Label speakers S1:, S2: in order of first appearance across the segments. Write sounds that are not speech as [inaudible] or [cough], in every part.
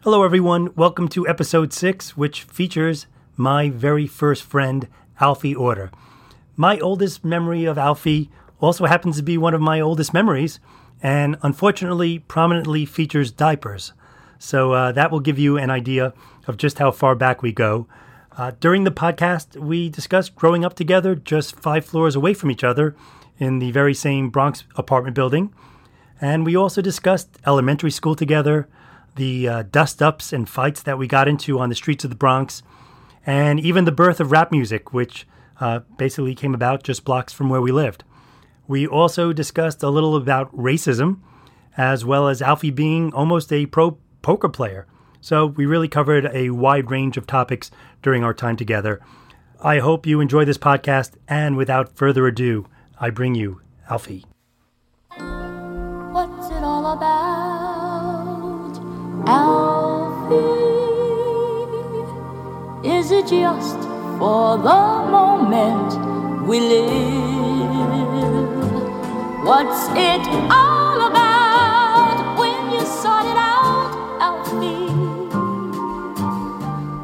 S1: Hello, everyone. Welcome to episode six, which features my very first friend, Alfie Order. My oldest memory of Alfie also happens to be one of my oldest memories, and unfortunately, prominently features diapers. So uh, that will give you an idea of just how far back we go. Uh, during the podcast, we discussed growing up together just five floors away from each other in the very same Bronx apartment building. And we also discussed elementary school together, the uh, dust ups and fights that we got into on the streets of the Bronx, and even the birth of rap music, which uh, basically came about just blocks from where we lived. We also discussed a little about racism, as well as Alfie being almost a pro poker player. So we really covered a wide range of topics during our time together. I hope you enjoy this podcast, and without further ado, I bring you Alfie.
S2: What's it all about, Alfie? Is it just for the moment we live? What's it all about when you sort it out, Alfie?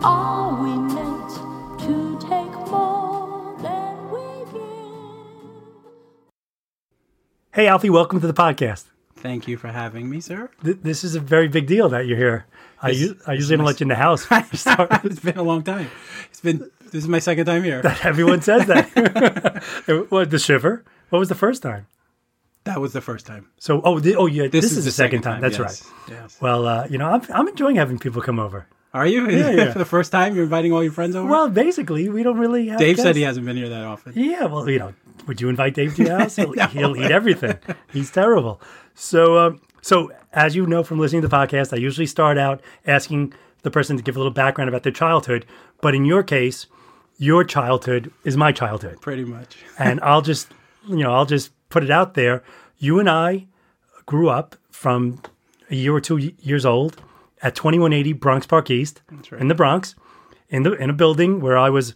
S2: Are we meant to take more than we give?
S1: Hey, Alfie, welcome to the podcast.
S3: Thank you for having
S1: [laughs]
S3: me, sir. [laughs]
S1: Th- this is a very big deal that you're here. I,
S3: This-
S1: u- I usually don't let you in the house.
S3: [laughs]
S1: [laughs]
S3: it's been a long time. It's been this is my second time here.
S1: Everyone says
S3: [laughs]
S1: that. what the shiver? What was the first time?
S3: That was the first time.
S1: So oh the, oh yeah, this, is, the second, time. That's
S3: yes.
S1: right.
S3: Yes.
S1: Well, uh, you know, I'm I'm enjoying having people come over.
S3: Are you? [laughs]
S1: yeah.
S3: for the first time, you're inviting all your friends over.
S1: Well, basically, we don't really. Have
S3: Dave said he
S1: guests.
S3: hasn't been here that often.
S1: Yeah, well, you know, would you invite Dave to your house? He'll, he'll eat everything. He's terrible. So, um, so as you know from listening to the podcast, I usually start out asking the person to give a little background about their childhood. But in your case, your childhood is my childhood.
S3: Pretty much.
S1: and I'll just you know I'll just put it out there. You and I grew up from a year or two y- years old at 2180 Bronx Park East
S3: right.
S1: in the Bronx, in the in a building where I was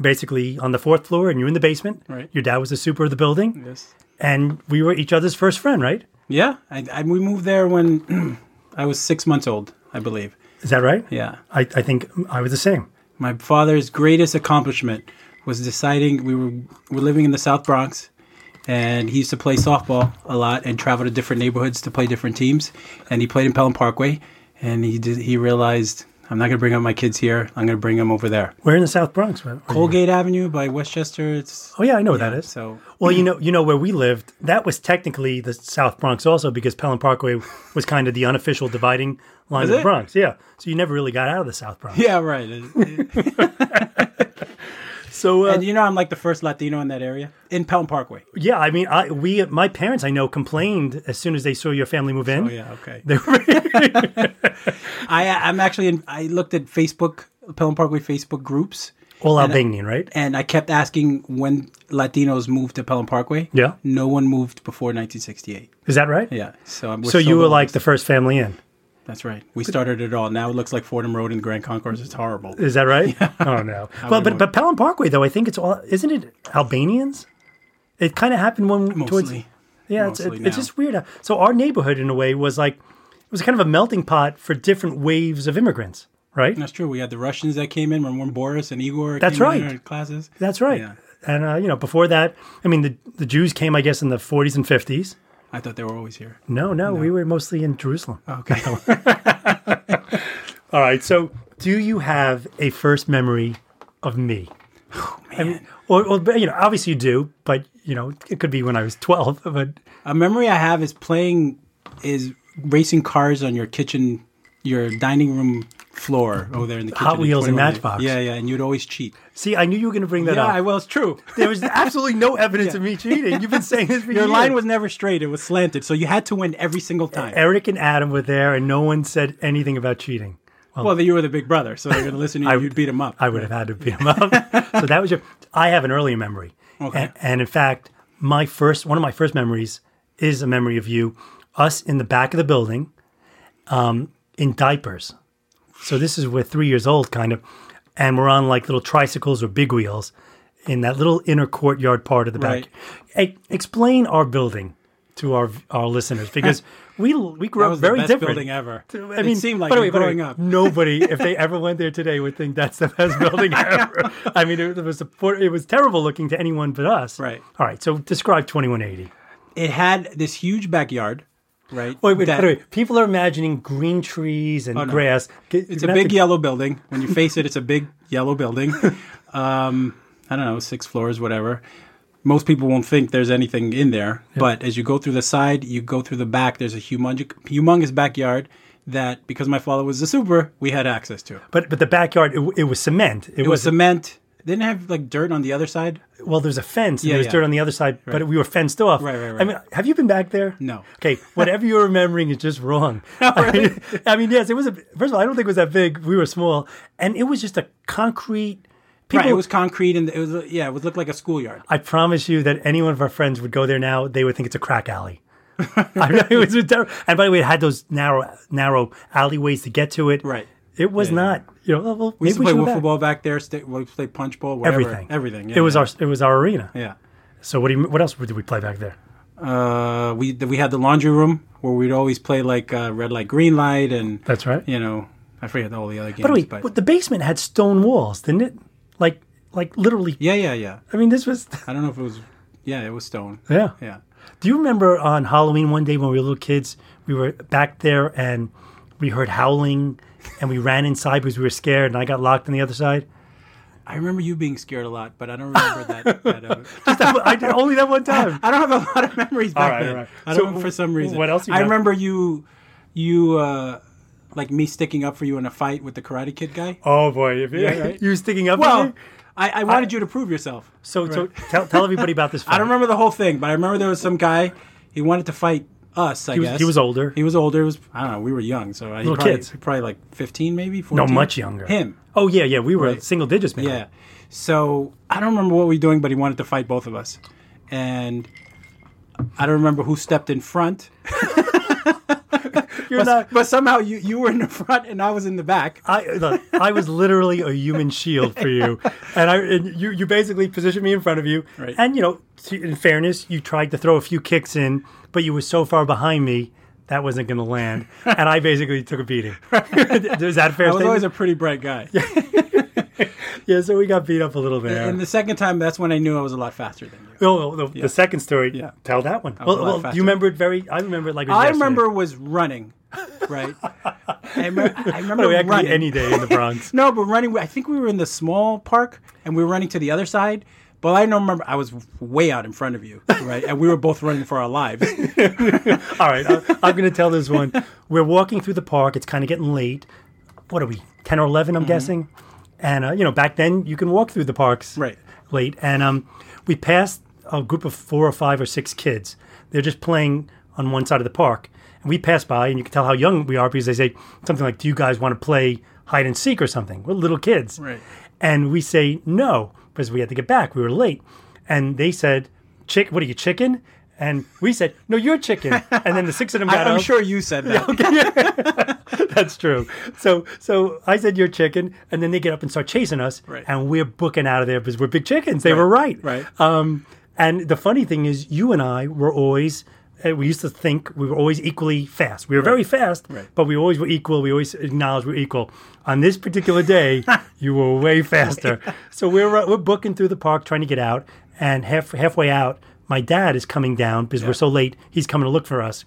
S1: basically on the fourth floor and you in the basement.
S3: Right.
S1: Your dad was the super of the building,
S3: Yes.
S1: and we were each other's first friend. Right?
S3: Yeah. I, I, we moved there when [clears throat] I was six months old, I believe.
S1: Is that right?
S3: Yeah.
S1: I, I think I was the same.
S3: My father's greatest accomplishment was deciding we were we're living in the South Bronx, and he used to play softball a lot and travel to different neighborhoods to play different teams. And he played in Pelham Parkway, and he did, he realized I'm not gonna bring up my kids here. I'm gonna bring them over there,
S1: We're in the South Bronx. where- where you-
S3: Colgate Avenue by Westchester. It's
S1: Oh yeah, I know what that is.
S3: so
S1: Well, you know, you know where we lived. That was technically the South Bronx, also because Pelham Parkway was kind of the unofficial dividing line of the
S3: it?
S1: Bronx. Yeah, so you never really got out of the South
S3: [laughs]
S1: Bronx.
S3: yeah, right.
S1: So uh,
S3: and you know I'm like the first Latino in that area in Pelham Parkway.
S1: yeah, I mean, I we my parents I know complained as soon as they saw your family move in.
S3: Oh yeah, okay.
S1: [laughs] They were,
S3: I I'm actually in, I looked at Facebook Pelham Parkway Facebook groups.
S1: all Albanian, right?
S3: and I kept asking when Latinos moved to Pelham Parkway.
S1: Yeah.
S3: No one moved before 1968.
S1: Is that right?
S3: Yeah. So I'm, we're
S1: So
S3: still
S1: you were
S3: the-
S1: like the first family in.
S3: that's right. We started it all. Now it looks like Fordham Road and Grand Concourse. It's horrible.
S1: Is that
S3: [laughs]
S1: right? Oh no. well, but
S3: wouldn't.
S1: but Pelham Parkway though, I think it's all isn't it Albanians? It kind of happened when Uh, towards
S3: Mostly.
S1: yeah, it's,
S3: Mostly
S1: it- it's
S3: now.
S1: just weird. So our neighborhood in a way was like it was kind of a melting pot for different waves of immigrants, right?
S3: That's true. We had the Russians that came in when Boris and Igor.
S1: That's
S3: came in
S1: right.
S3: our classes.
S1: That's right.
S3: Yeah.
S1: And uh, you know, before that, I mean, the the Jews came, I guess, in the 40s and 50s.
S3: I thought they were always
S1: [laughs]
S3: here.
S1: No, no, we were mostly in Jerusalem.
S3: Okay.
S1: All right. So, do you have a first memory of me?
S3: Oh,
S1: I mean, or, or but, you know, obviously you do, but you know, it could be when I was 12. But
S3: A memory I have is playing, is racing cars on your kitchen, your dining room floor over there in the kitchen.
S1: Hot
S3: in
S1: Wheels and
S3: 21.
S1: Matchbox.
S3: Yeah, yeah. And you'd always cheat.
S1: see, I knew you were going to bring that uh,
S3: yeah,
S1: up.
S3: I, well, it's true.
S1: there
S3: [laughs]
S1: was absolutely no evidence of me cheating. You've been saying this for
S3: Your
S1: years.
S3: line was never straight; it was slanted, so you had to win every single
S1: Eh,
S3: time.
S1: Eric and Adam were there, and no one said anything about cheating.
S3: Well, you were the big brother, so they're going to listen to you. You'd beat them up.
S1: I would have had to beat him
S3: [laughs]
S1: up. so that was your. I have an early memory.
S3: Okay.
S1: And, and in fact, my first one of my first memories is a memory of you, us in the back of the building, um, in diapers. So this is we're three years old, kind of, and we're on like little tricycles or big wheels in that little inner courtyard part of the back.
S3: Right.
S1: E-
S3: [laughs]
S1: explain our building to our our listeners because we we grew
S3: That
S1: up
S3: was the
S1: very
S3: best
S1: different.
S3: building ever.
S1: I mean,
S3: it seemed like
S1: by the
S3: it
S1: way, by the
S3: growing
S1: way,
S3: up.
S1: Nobody, if they ever went there today, would think that's the
S3: [laughs]
S1: best building ever. I mean, it, was a, poor- it was terrible looking to anyone but us.
S3: Right.
S1: All right. So describe 2180.
S3: It had this huge backyard, right?
S1: Wait, wait,
S3: that- Oh,
S1: by the way, people are imagining green trees and
S3: no.
S1: grass. G-
S3: It's
S1: you're
S3: a
S1: gonna
S3: big
S1: have to-
S3: yellow building. When you face it, it's
S1: [laughs]
S3: a big yellow building. Um, I don't know, six floors, whatever. Most people won't think there's anything in there, but as you go through the side, you go through the back. There's a humongous, humongous backyard that, because my father was a super, we had access to.
S1: But but the backyard, it, w- it was cement. It,
S3: It was
S1: was
S3: cement. They didn't have like dirt on the other side.
S1: well, there's a fence. And
S3: Yeah,
S1: there was
S3: yeah.
S1: dirt on the other side, but we were fenced off.
S3: Right, right,
S1: I
S3: right.
S1: mean, have you been back there?
S3: No. Oh,
S1: Okay, whatever you're remembering is just
S3: [laughs]
S1: wrong. I, mean, [laughs] I mean, yes, it was. A, first of all, I don't think it was that big. We were small, and it was just a concrete. People,
S3: right, it was concrete and it was yeah, it would look like a schoolyard.
S1: I promise you that any one of our friends would go there now, they would think it's a crack alley. [laughs] I mean, it was a terror- and by the way, it had those narrow, narrow alleyways to get to it.
S3: Right.
S1: It was
S3: Yeah, yeah.
S1: not, you know. oh, Well,
S3: We used
S1: maybe
S3: to
S1: should go
S3: play wiffle
S1: back.
S3: ball back there. St- we played punch bowl. Whatever.
S1: Everything.
S3: Everything. Yeah,
S1: it was
S3: yeah.
S1: our. It was our arena.
S3: yeah.
S1: So what do you? What else did we play back there?
S3: Uh, we th- we had the laundry room where we'd always play like uh, red light, green light, and
S1: That's right.
S3: You know, I forget all the other games.
S1: By the way,
S3: but
S1: but the basement had stone walls, didn't it? Like, like literally.
S3: yeah, yeah, yeah.
S1: I mean, this was. [laughs]
S3: I don't know if it was. Yeah, it was stone.
S1: Yeah.
S3: Yeah.
S1: Do you remember on Halloween one day when we were little kids, we were back there and we heard howling, and we ran inside because we were scared, and I got locked on the other side. [laughs]
S3: I remember you being scared a lot, but I don't remember that.
S1: [laughs]
S3: that uh,
S1: I did only that one
S3: [laughs]
S1: time.
S3: I don't have a lot of memories back
S1: right,
S3: then.
S1: all right.
S3: I don't
S1: So,
S3: know for some reason.
S1: what else you
S3: I
S1: got?
S3: remember you, you uh, like me sticking up for you in a fight with the Karate Kid guy.
S1: Oh boy, if
S3: Yeah, right.
S1: you were sticking up. for
S3: Well,
S1: me?
S3: I, I wanted you to prove yourself.
S1: so so tell, tell everybody about this. Fight.
S3: [laughs] I don't remember the whole thing, but I remember there was some guy. He wanted to fight us. I
S1: was-
S3: guess
S1: he was older.
S3: He was older. It was I don't know. We were young, so I
S1: Little
S3: probably,
S1: kids.
S3: probably like fifteen, maybe 14.
S1: No, much younger.
S3: Him.
S1: Oh yeah, yeah. We were
S3: Right.
S1: single digits, man.
S3: Yeah. So I don't remember what we were doing, but he wanted to fight both of us, and I don't remember who stepped in front.
S1: You're
S3: But,
S1: not.
S3: but somehow you, you were in the front and I was in the back.
S1: I look, I was literally a human shield for you, and I and you you basically positioned me in front of you,
S3: Right.
S1: and you know, to- in fairness, you tried to throw a few kicks in, but you were so far behind me that wasn't going to land, and I basically took a beating.
S3: [laughs]
S1: Is that a fair?
S3: I was
S1: statement?
S3: always a pretty bright guy.
S1: yeah, so we got beat up a little there.
S3: And the second time, that's when I knew I was a lot faster than you.
S1: Oh, well, the, the second story.
S3: Yeah.
S1: Tell that one.
S3: was
S1: Well,
S3: a lot
S1: well
S3: faster.
S1: you remember it very. I remember it like. It was
S3: I
S1: yesterday.
S3: remember was running, right? I, remember
S1: [laughs]
S3: I
S1: By the
S3: remember
S1: way, I Oh, could be
S3: running.
S1: any day in the Bronx.
S3: No, but running. I think we were in the small park and we were running to the other side. But I don't remember. I was way out in front of you, right? and we were both running for
S1: [laughs]
S3: our lives.
S1: All right, I, I'm going to tell this one. We're walking through the park. It's kind of getting late. What are we? Ten or eleven? I'm
S3: Mm-hmm.
S1: guessing. And uh, you know, back then you can walk through the parks
S3: Right.
S1: late. And um, we passed a group of four or five or six kids. They're just playing on one side of the park, and we pass by, and you can tell how young we are because they say something like, "Do you guys want to play hide and seek or something?" We're little kids,
S3: Right.
S1: And we say no because we had to get back. We were late, and they said, "Chick, what are you chicken?" And we said, "No, you're chicken." And then the six of [laughs] them
S3: I,
S1: got
S3: I'm
S1: up.
S3: sure you
S1: [laughs]
S3: said that.
S1: that's true. So, so I said, "You're chicken," and then they get up and start chasing us,
S3: Right.
S1: and we're booking out of there because we're big chickens. They were right,
S3: right.
S1: Um, and the funny thing is, you and I were always. uh, We used to think we were always equally fast. We were very fast,
S3: Right.
S1: but we always were equal. We always acknowledged we were equal. On this particular day,
S3: [laughs]
S1: you were way faster. so we're uh, we're booking through the park trying to get out, and half halfway out, my dad is coming down because we're so late. He's coming to look for us.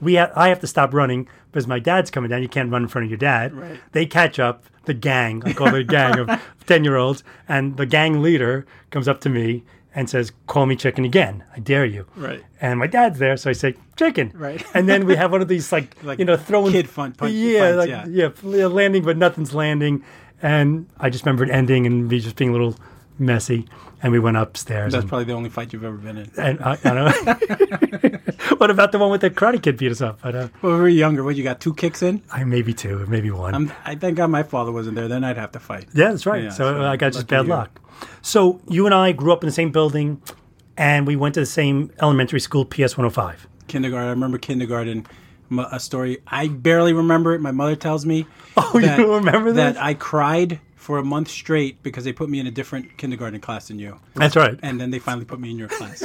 S1: We ha- I have to stop running because my dad's coming down. You can't run in front of your dad.
S3: Right.
S1: They catch up the gang. I call it a gang
S3: [laughs]
S1: of ten year olds, and the gang leader comes up to me and says, "Call me chicken again. I dare you."
S3: Right.
S1: And my dad's there, so I say, "Chicken."
S3: Right.
S1: And then we have one of
S3: [laughs]
S1: these like,
S3: Like
S1: you know throwing
S3: kid fun- punch-
S1: yeah,
S3: fights,
S1: like,
S3: yeah.
S1: yeah, fl- yeah, landing, but nothing's landing. And I just remember it ending and me just being a little messy. And we went upstairs.
S3: That's
S1: And,
S3: probably the only fight you've ever been in.
S1: and uh, I, I don't [laughs] what about the one with the Karate Kid beat us up? But uh,
S3: When we were younger, what you got two kicks in?
S1: I maybe two, maybe one.
S3: I'm, I thank God my father wasn't there. Then I'd have to fight.
S1: Yeah, that's right.
S3: Yeah,
S1: so, uh,
S3: so
S1: I got just
S3: lucky
S1: bad
S3: you.
S1: luck. So you and I grew up in the same building, and we went to the same elementary school, PS 105.
S3: kindergarten. I remember kindergarten. m- A story I barely remember it. My mother tells me.
S1: [laughs] Oh, you don't remember
S3: that
S1: this?
S3: I cried for for a month straight because they put me in a different kindergarten class than you.
S1: That's right.
S3: And then they finally put me in your
S1: [laughs]
S3: class.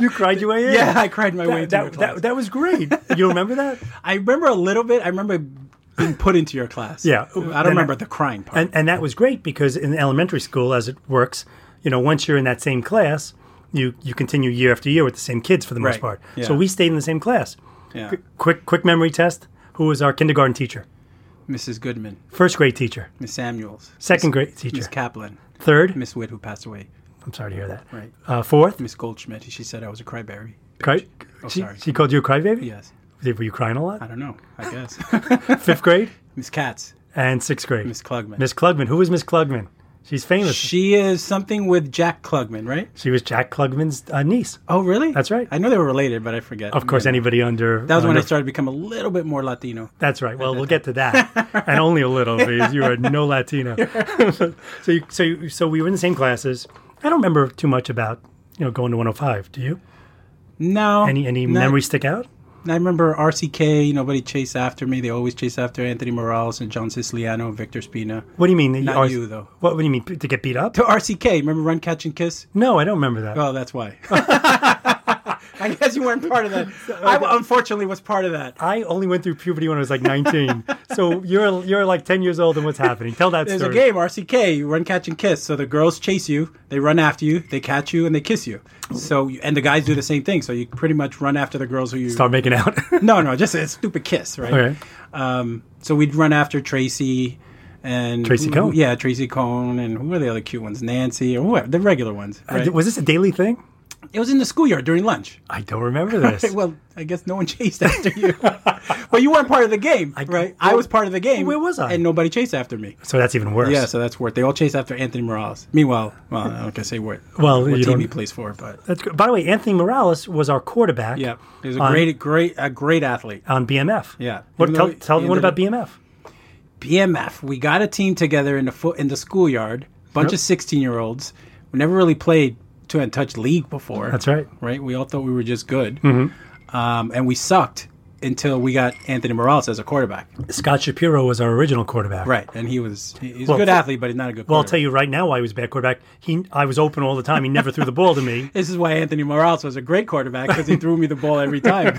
S1: you cried your way in.
S3: yeah, I cried my
S1: That,
S3: way into your
S1: that,
S3: class.
S1: that, that was great. You remember
S3: [laughs]
S1: that?
S3: I remember a little bit. I remember being put into your class.
S1: Yeah.
S3: I don't
S1: Then I-
S3: remember the crying part.
S1: And, and that was great because in elementary school, as it works, you know, once you're in that same class, you, you continue year after year with the same kids for the most
S3: Right.
S1: part.
S3: Yeah.
S1: So we stayed in the same class.
S3: yeah.
S1: Quick, quick memory test. Who was our kindergarten teacher?
S3: Mrs. Goodman,
S1: First grade teacher.
S3: Miss Samuels,
S1: Second grade teacher.
S3: Miss Kaplan,
S1: Third.
S3: Miss Witt, who passed away,
S1: I'm sorry to hear that.
S3: Right.
S1: Uh, fourth.
S3: Miss Goldschmidt. She said I was a crybaby.
S1: Cry-
S3: Oh,
S1: she,
S3: sorry.
S1: she called you a crybaby?
S3: Yes.
S1: Were you crying a lot?
S3: I don't know.
S1: [laughs]
S3: I guess.
S1: Fifth grade
S3: Miss Katz,
S1: and sixth grade.
S3: Miss Klugman.
S1: Miss Klugman. Who was Miss Klugman? She's famous. She,
S3: she is something with Jack Klugman, right?
S1: was Jack Klugman's uh, niece.
S3: Oh, really?
S1: That's right.
S3: I know they were related, but I forget.
S1: Of course,
S3: Yeah.
S1: anybody under
S3: That was when I
S1: under-
S3: started to become a little bit more Latino.
S1: That's right. Well, we'll get to
S3: [laughs]
S1: that, and only a little because you are no Latino. so, you, so, you, so we were in the same classes. I don't remember too much about you know going to 105. Do you?
S3: No.
S1: Any any
S3: not-
S1: memories stick out?
S3: I remember RCK. Nobody chased after me. They always chased after Anthony Morales and John Siciliano, Victor Spina.
S1: What do you mean? that
S3: Not
S1: are-
S3: you, though.
S1: What, what do you mean p- to get beat up?
S3: To RCK, remember Run, Catch, and Kiss?
S1: No, I don't remember that.
S3: Oh, that's why. [laughs] I guess you weren't part
S1: [laughs]
S3: of that. I unfortunately was part of that.
S1: I only went through puberty when I was like
S3: [laughs]
S1: 19. so you're you're like 10 years old, and what's happening? Tell that
S3: There's
S1: story.
S3: a game, RCK, you run, catch, and kiss. So the girls chase you, they run after you, they catch you, and they kiss you. So you- and the guys do the same thing. So you pretty much run after the girls who you.
S1: Start making out. [laughs]
S3: No, no, just a stupid kiss, right?
S1: okay.
S3: Um, so we'd run after Tracy and
S1: Tracy Cohn?
S3: Yeah, Tracy Cohn and who were the other cute ones? Nancy or whoever, the regular ones. Right?
S1: Was this a daily thing?
S3: it was in the schoolyard during
S1: [laughs]
S3: lunch.
S1: I don't remember this.
S3: Well, [laughs] I guess no one [laughs] chased after
S1: [laughs]
S3: you. but you weren't part of the game, right? I was part of the game.
S1: Where was I?
S3: And nobody chased after me.
S1: so that's even worse.
S3: Yeah, so that's Wirt. They all chase after Anthony Morales. Meanwhile, well, I don't gonna say Wirt.
S1: Well,
S3: what
S1: you
S3: team
S1: don't-
S3: he plays for, but
S1: That's good. By the way, Anthony Morales was our quarterback.
S3: yeah, he's a
S1: on-
S3: great, great, a great athlete.
S1: on BMF.
S3: Yeah.
S1: What?
S3: Even
S1: Tell,
S3: though he-
S1: tell
S3: he
S1: everyone
S3: ended
S1: about BMF.
S3: BMF. We got a team together in the foot in the schoolyard. Bunch of sixteen-year-olds. We never really played to and touch league before.
S1: That's right. Mm-hmm.
S3: Right. We all thought we were just good, um, and we sucked until we got Anthony Morales as a quarterback.
S1: Scott Shapiro was our original quarterback.
S3: Right, and he was he- he's
S1: Well,
S3: a good
S1: so-
S3: athlete, but he's not a good.
S1: Well, I'll tell you right now why he was a bad quarterback. He, I was open all the time. He never threw the ball to
S3: [laughs]
S1: me.
S3: This is why Anthony Morales was a great quarterback because he threw me the ball
S1: [laughs]
S3: every time.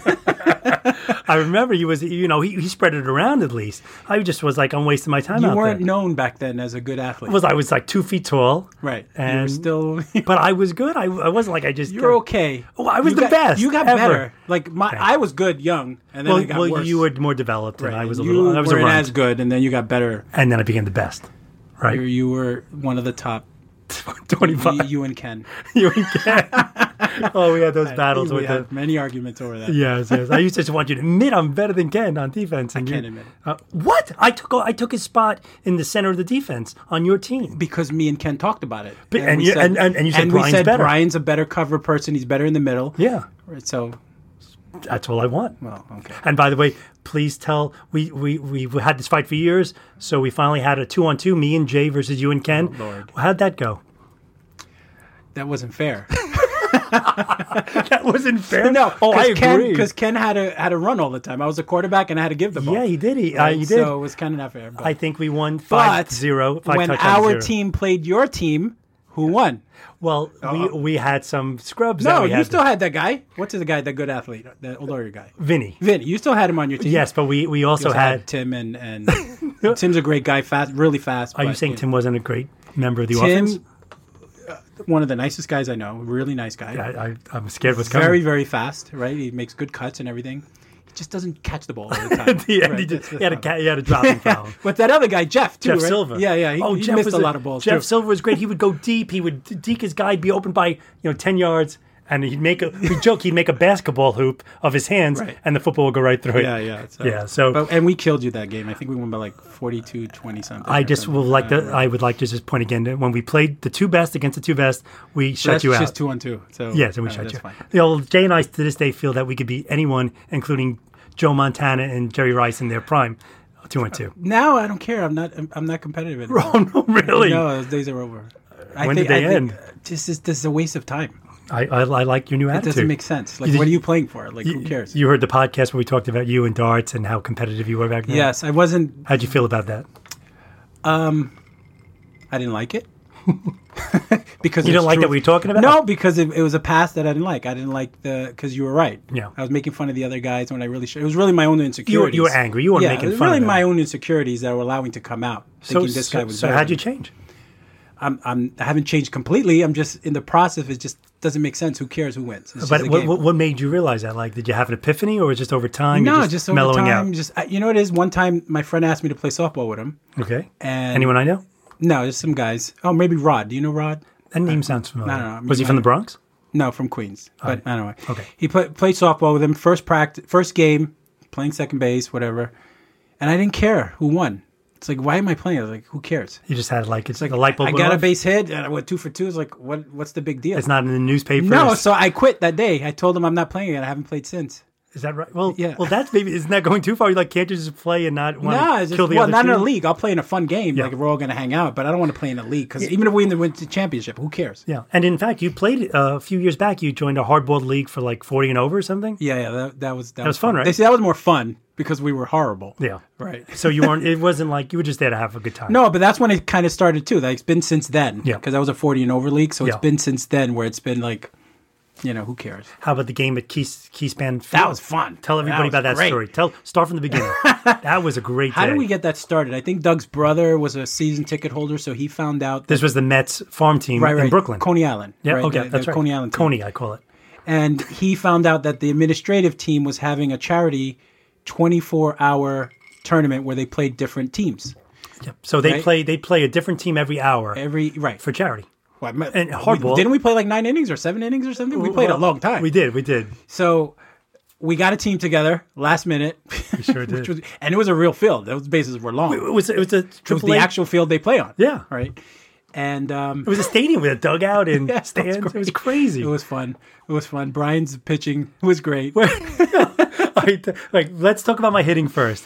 S1: I remember he was, you know, he, he spread it around at least. I just was like, I'm wasting my time
S3: you
S1: out
S3: weren't
S1: there.
S3: known back then as a good athlete.
S1: was I was like two feet tall.
S3: right. you were
S1: And-
S3: still [laughs]
S1: But I was good. I, I wasn't like I just.
S3: you're okay.
S1: Oh, I was
S3: You
S1: the
S3: got-
S1: best
S3: You got
S1: ever.
S3: better. Like my I was good young and then
S1: Well,
S3: I got
S1: well,
S3: worse.
S1: you were more developed, and I was a
S3: you
S1: little. I was a
S3: weren't
S1: runt.
S3: as good and then you got better.
S1: and then I became the best.
S3: You,
S1: [laughs] Right,
S3: you were one of the top
S1: twenty
S3: you,
S1: five.
S3: you and Ken.
S1: You
S3: [laughs]
S1: again. oh, we had those [laughs] battles
S3: we
S1: with the
S3: had many arguments over that.
S1: Yes, yes. I used to just want you to admit I'm better than Ken on defense. And I
S3: can't admit it.
S1: Uh, what? I took I took his spot in the center of the defense on your team.
S3: Because me and Ken talked about it.
S1: But- and
S3: we
S1: you- and- and- and you said
S3: we
S1: Brian's
S3: said
S1: better.
S3: Brian's a better cover person, he's better in the middle.
S1: Yeah,
S3: Right, so
S1: that's all I want.
S3: well, okay.
S1: And by the way, please tell we we we had this fight for years, so we finally had a two on two, me and Jay versus you and Ken.
S3: Oh, Lord.
S1: How'd that
S3: [laughs]
S1: go?
S3: That
S1: [laughs]
S3: wasn't fair.
S1: That wasn't fair.
S3: No,
S1: oh, I agree.
S3: Because Ken, had a had a run all the time. I was a quarterback and I had to give the ball.
S1: yeah, he did. He, uh,
S3: Right?
S1: he did.
S3: So it was kind of not fair. But,
S1: I think we won
S3: but
S1: five zero. Five
S3: when
S1: touchdowns,
S3: our
S1: zero.
S3: team played your team, who won?
S1: well, we we had some scrubs. that
S3: No,
S1: we
S3: you
S1: had.
S3: still had that guy. What's the guy, that good athlete, the old Oreo guy?
S1: Vinny.
S3: Vinny, you still had him on your team.
S1: Yes, but we we
S3: You
S1: also
S3: also had
S1: had
S3: Tim and
S1: [laughs]
S3: and Tim's a great guy, fast, really fast.
S1: Are you
S3: but,
S1: saying
S3: know,
S1: Tim wasn't a great member of the offense?
S3: Tim, uh, one of the nicest guys I know, really nice guy.
S1: I, I, I'm scared what's
S3: very,
S1: coming. [laughs]
S3: very fast, right? He makes good cuts and everything. He just doesn't catch the ball
S1: [laughs]
S3: all the time.
S1: he, had,
S3: right?
S1: he, did-
S3: That's the
S1: he had a,
S3: problem.
S1: ca- he had a
S3: [laughs]
S1: dropping foul.
S3: But that other guy, Jeff, too,
S1: Jeff
S3: right?
S1: Silver.
S3: Yeah, yeah. He, he missed
S1: was
S3: a, lot of balls.
S1: Jeff
S3: too.
S1: Silver was great. He would go deep. He would d- deke his guy, be open by you know ten yards, and he'd make a. We joke he'd make a basketball hoop of his hands,
S3: Right.
S1: and the football would go right through
S3: Yeah,
S1: it.
S3: yeah. So.
S1: Yeah, so-
S3: but, and we killed you that game. I think we won by like 42, 20 something.
S1: I
S3: or
S1: just
S3: something.
S1: would like to. I would like to just point again that when we played the two best against the two best, we shut
S3: That's
S1: you out.
S3: just two on two. So
S1: Yes, and we
S3: uh,
S1: shut
S3: that's
S1: you.
S3: fine.
S1: You know, Jay and I to this day feel that we could beat anyone, including Joe Montana and Jerry Rice in their prime, two and two. [laughs]
S3: Now I don't care. I'm not. I'm, I'm not competitive anymore.
S1: Oh no, really?
S3: No, those days are over. I
S1: When did they
S3: I
S1: end?
S3: think, uh, This is this is a waste of time.
S1: I, I, I like your new
S3: It
S1: attitude.
S3: doesn't make sense. Like,
S1: You-
S3: what are you playing for? Like, who
S1: You-
S3: cares?
S1: You heard the podcast where we talked about you and darts and how competitive you were back then.
S3: yes, I wasn't.
S1: How'd you feel about that?
S3: I didn't
S1: [laughs]
S3: like it. because
S1: You
S3: it's
S1: don't like
S3: true-
S1: that we're talking about?
S3: No, because it, it was a pass that I didn't like. I didn't like the because you were right.
S1: Yeah.
S3: I was making fun of the other guys when I really should. It was really my own insecurities.
S1: angry. You weren't
S3: yeah,
S1: making
S3: it was
S1: fun of
S3: really
S1: them.
S3: my own insecurities that were allowing to come out.
S1: So,
S3: thinking this guy
S1: so,
S3: was
S1: so
S3: better
S1: how'd you
S3: than me.
S1: change?
S3: I'm, I'm I haven't changed completely. I'm just in the process. It just doesn't make sense. Who cares who wins? It's just
S1: But
S3: a
S1: what,
S3: game.
S1: what, what made you realize that? Like, did you have an epiphany, or was it just over time? you're
S3: no,
S1: just,
S3: just, over
S1: mellowing
S3: time.
S1: out.
S3: Just I- you know what it is. One time, my friend asked me to play softball with him.
S1: okay.
S3: And-
S1: anyone I know?
S3: No, there's some guys. Oh, maybe Rod. Do you know Rod?
S1: That name sounds familiar.
S3: no, no, Uh, I mean,
S1: was he from
S3: my-
S1: the Bronx?
S3: No, from Queens. But anyway,
S1: Okay.
S3: He play, played softball with him. First practice, first game, playing second base, whatever. And I didn't care who won. It's like, why am I playing? I was like, who cares?
S1: You just had like it's like a light bulb.
S3: I
S1: went
S3: got a
S1: off?
S3: base hit and I went two for two. It's like, what? What's the big deal?
S1: It's not in the newspapers.
S3: no, so I quit that day. I told him I'm not playing it. I haven't played since.
S1: is that right? Well,
S3: Yeah.
S1: Well, that's maybe isn't that going too far? You like can't you just play and not want
S3: No,
S1: to
S3: it's just,
S1: kill the
S3: well,
S1: other
S3: not in a
S1: team?
S3: league. I'll play in a fun game.
S1: Yeah.
S3: Like we're all going to hang out, but I don't want to play in a league because even if we win the, win the championship, who cares?
S1: Yeah, and in fact, you played uh, a few years back. You joined a hardball league for like forty and over or something.
S3: Yeah, yeah, that, that was that,
S1: was fun, right?
S3: They say that was more fun because we were horrible.
S1: Yeah.
S3: right.
S1: So you weren't. It wasn't like you were just there to have a good time.
S3: No, but that's when it kind of started too. Like it's been since then.
S1: Yeah.
S3: because that was a forty and over league, so
S1: Yeah.
S3: it's been since then where it's been like, you know, who cares?
S1: How about the game at Keys Keyspan?
S3: That was fun.
S1: Tell everybody
S3: was
S1: about that
S3: great.
S1: story. Tell start from the
S3: [laughs]
S1: beginning. that was a great.
S3: How
S1: day.
S3: did we get that started? I think Doug's brother was a season ticket holder, so he found out.
S1: This was the Mets farm team
S3: right, right,
S1: in Brooklyn.
S3: Coney Island.
S1: Yeah,
S3: right,
S1: okay,
S3: the-
S1: that's
S3: the
S1: right.
S3: Coney Island. team.
S1: Coney, I call it.
S3: and he found out that the administrative team was having a charity 24 hour tournament where they played different teams
S1: Yep. So they
S3: Right?
S1: play they play a different team every hour
S3: every right
S1: for charity.
S3: Well, I meant-
S1: and hardball.
S3: didn't we play like nine innings or seven innings or something we played a
S1: Well,
S3: long time
S1: We did, we did.
S3: so we got a team together last minute
S1: We sure
S3: [laughs] which
S1: did.
S3: was, and it was a real field those bases were long
S1: it was it was a
S3: it was
S1: triple
S3: the actual field they play on
S1: Yeah.
S3: right and um
S1: It was a stadium with a dugout and
S3: [laughs] Yeah, it was
S1: stands. It was
S3: great.
S1: crazy.
S3: it was fun it was fun brian's pitching was great
S1: [laughs] like, like, let's talk about my hitting first.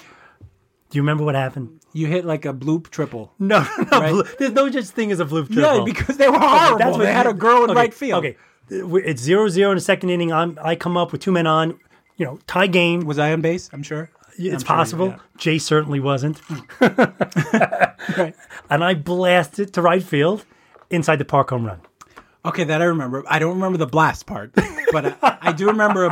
S1: Do you remember what
S3: [laughs]
S1: happened?
S3: you hit like a bloop triple
S1: No, no, no.
S3: Right.
S1: blue- There's no such thing as a fluke triple.
S3: Yeah, because they were horrible. they had a girl in
S1: okay,
S3: right field.
S1: Okay, it's zero zero in the second inning. I'm, I come up with two men on. You know, tie game.
S3: Was I on base? I'm sure.
S1: It's
S3: I'm sure you-
S1: possible.
S3: yeah.
S1: Jay certainly wasn't.
S3: Right.
S1: And I blast it to right field inside the park home run.
S3: Okay, that I remember. I don't remember the blast part, but I, I do remember a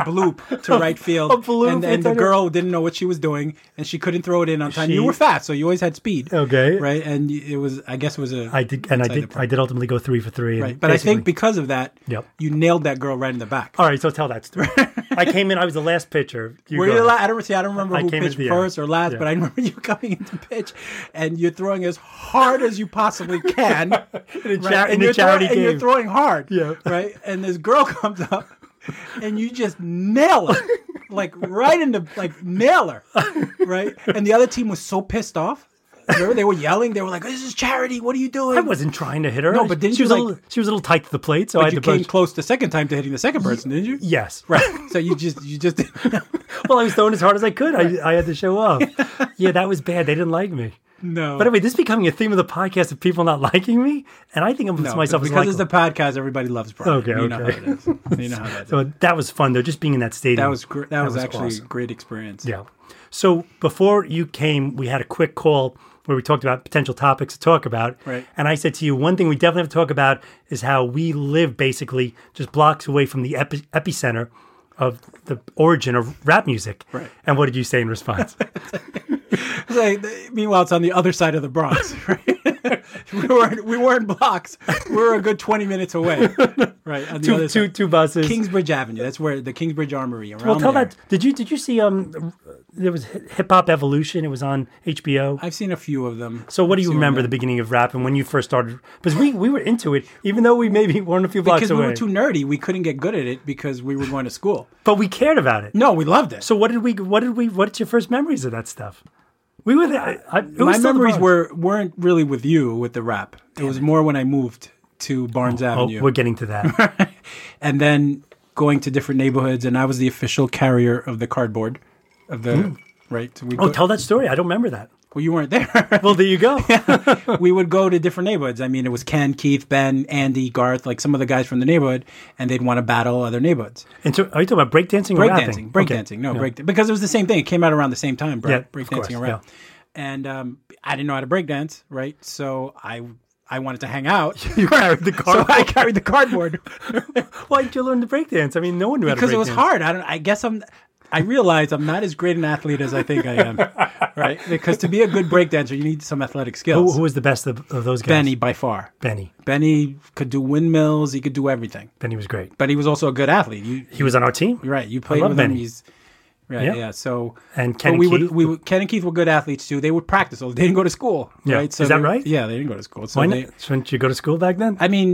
S1: [laughs]
S3: bloop to right field.
S1: A bloop
S3: and, and the
S1: into-
S3: girl didn't know what she was doing, and she couldn't throw it in on time.
S1: She-
S3: you were fast, so you always had speed.
S1: Okay.
S3: right, and y- it was. I guess it was a.
S1: I did, and I
S3: inside the
S1: did. I
S3: park.
S1: did ultimately go three for three. and
S3: Right, but I think
S1: basically-
S3: because of that,
S1: Yep.
S3: you nailed that girl right in the back.
S1: All right, so tell that story.
S3: [laughs]
S1: I came in. I was the last pitcher. You
S3: Were
S1: go
S3: you
S1: ahead.
S3: la- I don't see. I don't remember
S1: I
S3: who
S1: came at
S3: pitched
S1: the end.
S3: first or last,
S1: Yeah.
S3: but I remember [laughs] you coming into pitch and you're throwing as hard as you possibly can
S1: [laughs]
S3: in
S1: char- in a charity
S3: And you're
S1: game.
S3: throwing hard,
S1: Yeah.
S3: right. And this girl [laughs] comes up and you just nail it, like right in the like nail her, right. And the other team was so pissed off. Remember, they were yelling. They were like, "This is charity. What are you doing?"
S1: I wasn't trying to hit her.
S3: No, but didn't
S1: she
S3: you,
S1: was a
S3: like-
S1: little, she was a little tight to the plate, so I had
S3: You
S1: to
S3: came
S1: punch.
S3: close the second time to hitting the second person, didn't you?
S1: [laughs] yes,
S3: [laughs] Right. So you just you just
S1: [laughs] well, I was throwing as hard as I could. I, I had to show
S3: [laughs]
S1: up. yeah, that was bad. They didn't like me.
S3: no.
S1: But anyway, this is becoming a theme of the podcast of people not [laughs] liking me, and I think I'm
S3: No,
S1: myself as
S3: because it's the
S1: likable.
S3: podcast. Everybody loves Brian.
S1: Okay,
S3: you know how
S1: okay.
S3: it is. You
S1: [laughs]
S3: know how that is.
S1: So that was fun though, just being in that stadium.
S3: that was gr- that, was, actually
S1: awesome.
S3: a great experience.
S1: Yeah. So before you came, we had a quick call where we talked about potential topics to talk about.
S3: Right.
S1: And I said to you, one thing we definitely have to talk about is how we live basically just blocks away from the epi- epicenter of the origin of rap music.
S3: Right.
S1: And what did you say in
S3: [laughs]
S1: response?
S3: It's like, th- meanwhile, it's on the other side of the Bronx. [laughs] Right? we weren't we weren't blocks. We were a good twenty minutes away. Right on the
S1: two,
S3: other
S1: two,
S3: side.
S1: two buses.
S3: Kingsbridge Avenue. That's where the Kingsbridge Armory. Around
S1: well, tell
S3: there.
S1: that. Did you did you see um there was Hip Hop Evolution? It was on HBO.
S3: I've seen a few of them.
S1: so what do you
S3: I've seen
S1: remember the
S3: them.
S1: beginning of rap and when you first started? Because we, we were into it, even though we maybe weren't a few blocks
S3: Because
S1: away.
S3: we were too nerdy, we couldn't get good at it because we were going to school.
S1: but we cared about it.
S3: [laughs] No, we loved it.
S1: So what did we? What did we? What's your first memories of that stuff? We were there. I, it was
S3: my
S1: still the
S3: memories
S1: Bronx.
S3: were weren't really with you with the rap. It was more when I moved to Barnes
S1: Oh,
S3: Avenue.
S1: we're getting to that.
S3: and then going to different neighborhoods and i was the official carrier of the cardboard of the right so we
S1: oh,
S3: go-
S1: tell that story. I don't remember that.
S3: well you weren't there [laughs]
S1: Well, there you go.
S3: we would go to different neighborhoods i mean it was ken keith ben andy garth like some of the guys from the neighborhood and they'd want to battle other neighborhoods
S1: And so, are you talking about breakdancing or rapping? Oh, Okay.
S3: breakdancing breakdancing no break because it was the same thing it came out around the same time bro
S1: Yeah, of
S3: breakdancing
S1: course,
S3: around and um, i didn't know how to breakdance right so i I wanted to hang
S1: [laughs]
S3: out.
S1: [laughs]
S3: [laughs]
S1: You carried the
S3: So
S1: cardboard.
S3: I carried the cardboard
S1: [laughs] Why did you learn to breakdance? I mean, no one knew how to
S3: because it was
S1: breakdance.
S3: hard. I don't. I guess I'm. I realize I'm not as great an athlete as I think I
S1: [laughs]
S3: am, right? Because to be a good breakdancer, you need some athletic
S1: Who,
S3: skills.
S1: who was the best of, of those guys?
S3: Benny by far.
S1: Benny.
S3: Benny could do windmills. He could do everything.
S1: Benny was great.
S3: But he was also a good athlete. You,
S1: He was on our team.
S3: you're right. You played
S1: love
S3: with him.
S1: Benny.
S3: He's right.
S1: Yeah.
S3: Yeah. So
S1: And
S3: but
S1: Ken and
S3: we
S1: Keith.
S3: would we would, Ken and Keith were good athletes too. They would practice. all They didn't go to school.
S1: Yeah.
S3: Right. So
S1: Is that
S3: they-
S1: right?
S3: Yeah. They didn't go to school. So
S1: Why
S3: they,
S1: not? Shouldn't you go to school back then?
S3: I mean,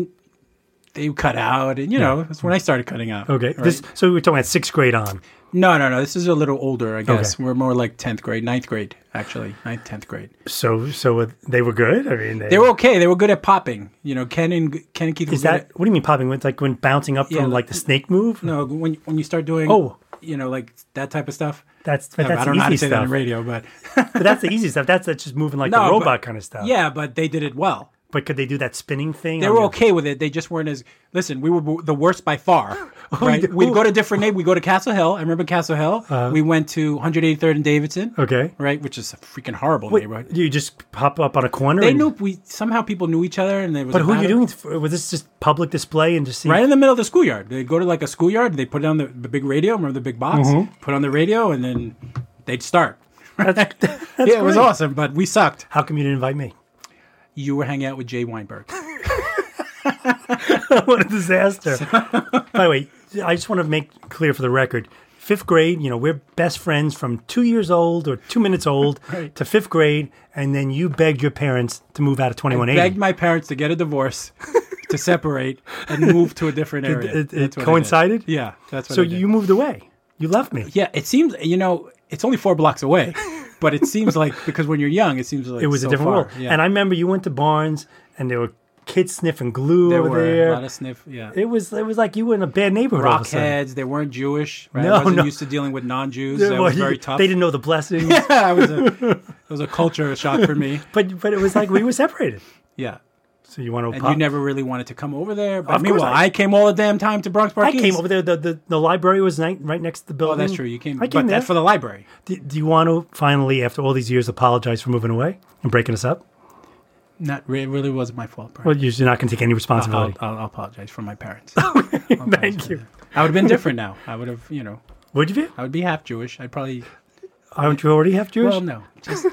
S3: they cut out, and you know, that's when I started cutting out.
S1: okay.
S3: right?
S1: This, so we were talking about sixth grade on.
S3: no, no, no. This is a little older. I guess
S1: Okay.
S3: we're more like tenth grade, 9th grade, actually, 9th, tenth grade.
S1: So so uh, they were good. I mean, they,
S3: They were okay. They were good at popping. You know, Ken and Ken and Keith.
S1: Is
S3: were good
S1: that what do you mean popping? When it's like when bouncing up
S3: Yeah,
S1: from
S3: like-
S1: like the snake move?
S3: at, no? When when you start doing
S1: Oh.
S3: you know, like that type of stuff.
S1: That's but that's
S3: I don't
S1: the
S3: know how
S1: easy
S3: to say that on
S1: stuff.
S3: radio, [laughs] but
S1: But that's the easy stuff. That's, that's just moving like
S3: No,
S1: the
S3: but-
S1: robot kind of stuff.
S3: yeah, but they did it well.
S1: But could they do that spinning thing?
S3: They
S1: on
S3: were
S1: the-
S3: okay with it. They just weren't as. Listen, we were w- the worst
S1: [laughs]
S3: by far. Right?
S1: did-
S3: We'd go to different neighborhoods. We go to Castle Hill. I remember Castle Hill. we went to 183rd and Davidson.
S1: Uh-huh. Okay.
S3: Right, which is a freaking horrible
S1: Wait,
S3: neighborhood.
S1: you just pop up on a corner.
S3: They
S1: and-
S3: knew we somehow people knew each other, and there was.
S1: But
S3: a
S1: who are you
S3: battle.
S1: doing? it For? Was this just public display and just seeing?
S3: [laughs] Right in the middle of the schoolyard. They go to like a schoolyard. They put on the, the big radio. Remember the big box?
S1: Mm-hmm.
S3: Put on the radio, and then they'd start.
S1: [laughs]
S3: [laughs] yeah, it was
S1: great.
S3: awesome, but we sucked.
S1: How come you didn't invite me? [laughs]
S3: You were hanging out with Jay Weinberg.
S1: what a
S3: [laughs]
S1: disaster. By the way, I just want to make clear for the record fifth grade, you know, we're best friends from two years old or two minutes old
S3: Right.
S1: to fifth grade. And then you begged your parents to move out of
S3: begged
S1: 2180.
S3: my parents to get a divorce, to separate, and move to a different area.
S1: It- it- it
S3: That's what I did.
S1: coincided?
S3: Yeah, that's what.
S1: So
S3: I did.
S1: you moved away. You left me.
S3: yeah, it seems you know it's only four blocks away, but it seems like because when you're young, it seems like
S1: It was
S3: so
S1: a different
S3: far.
S1: world.
S3: Yeah.
S1: And I remember you went to Barnes and there were kids sniffing glue
S3: there
S1: over
S3: were
S1: there.
S3: a lot of sniff. Yeah,
S1: it was it was like you were in a bad neighborhood. all of a sudden.
S3: rockheads. They weren't Jewish. Right?
S1: No,
S3: I wasn't
S1: no.
S3: used to dealing with non-Jews.
S1: Yeah,
S3: That
S1: well,
S3: was
S1: you-
S3: very tough.
S1: They didn't know the blessings,
S3: [laughs] yeah, it was a it was a culture shock for me.
S1: but but it was like we were separated.
S3: Yeah.
S1: So you want to?
S3: [laughs] And you never really wanted to come over there. But
S1: Of course
S3: meanwhile,
S1: I-
S3: I, came all the damn time to Bronx Park
S1: I came
S3: East.
S1: over there. The, the, the library was ni- right next to the
S3: Oh,
S1: building.
S3: that's true. You came.
S1: I came
S3: but
S1: there.
S3: that's for the library.
S1: do, do you want to finally, after all these years, apologize for moving away and breaking us up?
S3: Not re- it really was my fault. Brian.
S1: Well, you're you're not going to take any
S3: I'll,
S1: responsibility.
S3: I'll, I'll apologize for my parents.
S1: [laughs]
S3: uh,
S1: Thank you.
S3: I would
S1: [laughs]
S3: have been different now. I would have, you know,
S1: Would you? Be?
S3: I would be half Jewish. I'd probably,
S1: Aren't you already half Jewish?
S3: well, no, just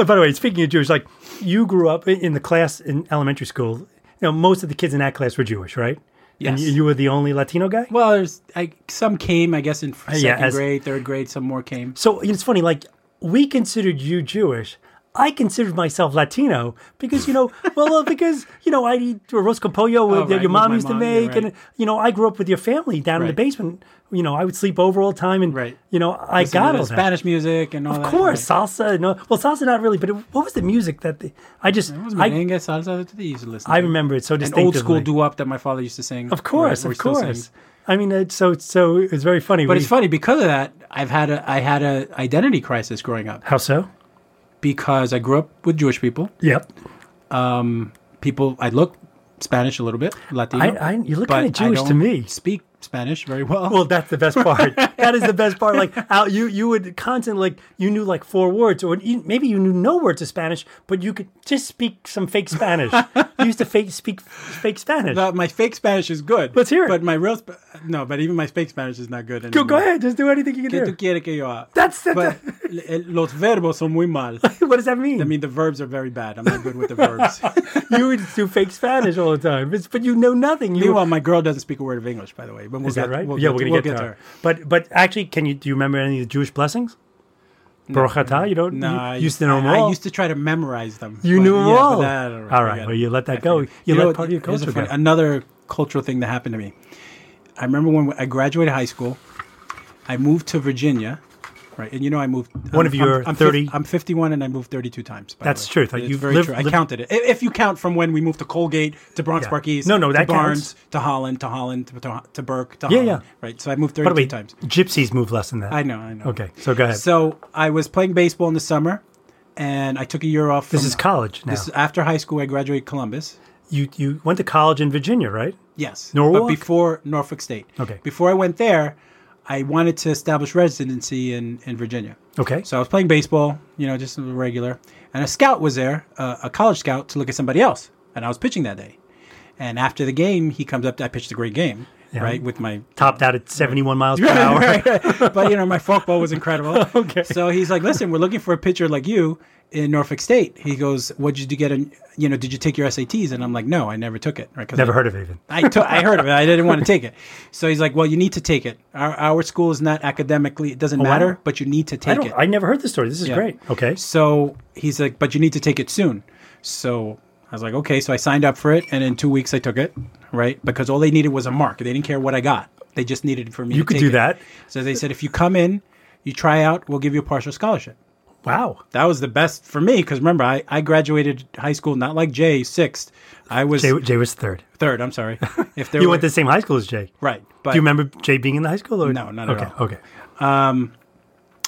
S1: Uh, By the way, speaking of Jewish, like you grew up in, in the class in elementary school. You know, most of the kids in that class were Jewish, right? And
S3: Yes.
S1: you, you were the only Latino guy.
S3: well. There's, I some came, I guess, in f-
S1: Uh,
S3: second
S1: yeah, as-
S3: grade, third grade. Some more came.
S1: So it's funny, like we considered you Jewish. I considered myself Latino because you know, [laughs] well, uh, because you know, I eat roast con pollo with,
S3: Oh, right,
S1: that your
S3: with
S1: mom
S3: my
S1: used to
S3: mom, you're
S1: make,
S3: right.
S1: and you know, I grew up with your family down in
S3: Right.
S1: the basement. You know, I would sleep over all the time, and
S3: Right.
S1: you know, I
S3: Listen to
S1: got
S3: the
S1: all that.
S3: Spanish music and all that.
S1: Of course, salsa. No, well, salsa not really, but it, what was the music that the, I just
S3: It was
S1: I,
S3: merengue, salsa that they used to listen
S1: I
S3: to.
S1: remember it so
S3: An
S1: distinctively.
S3: old school doo wop that my father used to sing.
S1: Of course,
S3: We're- we're
S1: of
S3: still singing.
S1: course. I mean, it's so so it's very funny.
S3: But
S1: We-
S3: it's funny because of that. I've had a I had a identity crisis growing up
S1: How so?
S3: because I grew up with Jewish people.
S1: Yep.
S3: People I look Spanish a little bit, Latino.
S1: I, I you look
S3: but
S1: kind of
S3: I
S1: Jewish to
S3: don't
S1: me.
S3: Speak Spanish very well. [laughs]
S1: Well, that's the best [laughs] part. that is the best part. Like out, you you would constantly like you knew like four words, or you, maybe you knew no words of Spanish, but you could just speak some fake [laughs] Spanish. you used to fake speak fake Spanish.
S3: Uh, my fake Spanish is good.
S1: Let's hear it.
S3: But my real Sp- no, but even my fake Spanish is not good.
S1: go,
S3: Anymore.
S1: go ahead, just do anything you
S3: ¿Qué
S1: can do.
S3: tú quieres que yo haga?
S1: That's the,
S3: But [laughs] eh, los verbos son muy mal.
S1: [laughs] what does that mean?
S3: I mean, the verbs are very bad. I'm not good with the verbs.
S1: you would just do fake Spanish all the time, it's, but you know nothing. [laughs] You
S3: Meanwhile, my girl doesn't speak a word of English, by the way. But we'll
S1: is that
S3: get-
S1: right?
S3: We'll
S1: yeah,
S3: get,
S1: we're gonna
S3: we'll
S1: get, to her. But but actually, can you do you remember any of the Jewish blessings? Baruch you don't.
S3: No,
S1: you,
S3: I,
S1: you used to know
S3: I-
S1: them
S3: I,
S1: all.
S3: used to try to memorize them.
S1: You
S3: but
S1: knew 'em
S3: yeah, but
S1: all.
S3: that I don't
S1: All right,
S3: forget
S1: well,
S3: it.
S1: you let that
S3: I
S1: go.
S3: forget it.
S1: You let
S3: what,
S1: part of your
S3: here's a
S1: culture
S3: funny-
S1: go.
S3: Another cultural thing that happened to me. I remember when I graduated high school, I moved to Virginia, right? And you know, I moved.
S1: One of your
S3: I'm,
S1: 30
S3: fif- I'm 51, and I moved 32 times. By
S1: That's
S3: the way.
S1: true. Like,
S3: It's
S1: you've
S3: very
S1: lived-
S3: true. I
S1: lived-
S3: counted it. I- If you count from when we moved to Colgate to Bronx
S1: Yeah.
S3: Park East,
S1: No, no, that
S3: to Barnes
S1: counts.
S3: to Holland to Holland to, to, to Burke to
S1: Yeah,
S3: Holland,
S1: yeah.
S3: right? So I moved 32
S1: By the way,
S3: times.
S1: gypsies move less than that.
S3: I know, I know.
S1: Okay, so go ahead.
S3: So I was playing baseball in the summer, and I took a year off.
S1: this
S3: from-
S1: is college now.
S3: This is after high school. I graduated Columbus.
S1: you you went to college in Virginia, right?
S3: Yes,
S1: Norwalk?
S3: but before Norfolk State.
S1: Okay.
S3: Before I went there, I wanted to establish residency in, in Virginia.
S1: Okay.
S3: So I was playing baseball, you know, just a regular. And a scout was there, uh, a college scout, to look at somebody else. And I was pitching that day. And after the game, he comes up. I pitched a great game, right, with my
S1: Topped out at 71 miles per hour.
S3: [laughs] Right, right, right. [laughs] But you know, my forkball was
S1: [laughs]
S3: incredible. okay. So he's like, "Listen, we're looking for a pitcher like you in Norfolk State." He goes, "What did you get? In, you know, did you take your SATs?" And I'm like, "No, I never took it." Right? 'cause
S1: Never
S3: I,
S1: heard of Haven.
S3: I took. I heard of it. I didn't want to take it. So he's like, "Well, you need to take it. Our, our school is not academically. It doesn't
S1: Oh, wow.
S3: matter, but you need to
S1: I
S3: take
S1: don't.
S3: it."
S1: I never heard this story. This is
S3: Yeah.
S1: great. Okay.
S3: So he's like, but you need to take it soon. So I was like, okay. So I signed up for it, and in two weeks I took it, right? Because all they needed was a mark. They didn't care what I got. They just needed for me.
S1: You
S3: to
S1: could
S3: take
S1: do
S3: it.
S1: that.
S3: So they said, if you come in, you try out, we'll give you a partial scholarship.
S1: Wow.
S3: That was the best for me because remember, I, I graduated high school not like Jay sixth. I was
S1: Jay, Jay was third.
S3: third.
S1: [laughs]
S3: I'm sorry. If there
S1: You
S3: were,
S1: went to the same high school as Jay.
S3: right, but
S1: Do you remember Jay being in the high school? Or?
S3: No, not at
S1: okay,
S3: all.
S1: Okay.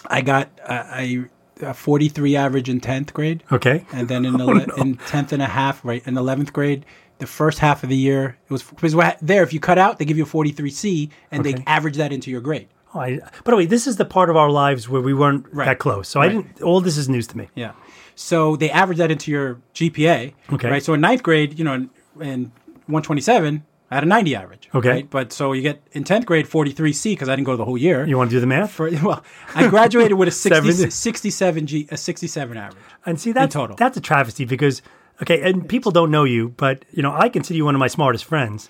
S3: I got uh, I, a 43 average in 10th grade.
S1: Okay. Oh,
S3: and
S1: [laughs]
S3: then in ele- in tenth and a half, right, in eleventh grade, the first half of the year, it was because we're there. If you cut out, they give you a forty three C, and
S1: Okay.
S3: they average that into your grade.
S1: Oh, I, by the way, this is the part of our lives where we weren't
S3: Right.
S1: that close. So I
S3: Right.
S1: didn't. All this is news to me.
S3: Yeah, so they average that into your GPA.
S1: Okay.
S3: right. So in ninth grade, you know, in, in one twenty seven, I had a ninety average.
S1: Okay.
S3: right? but so you get in tenth grade forty three C because I didn't go the whole year.
S1: You want to do the math?
S3: For- [laughs] well, I graduated with a 60,
S1: [laughs] Seven.
S3: 67 G, a sixty seven average.
S1: and see that's
S3: total.
S1: that's a travesty because okay, and people don't know you, but you know I consider you one of my smartest friends.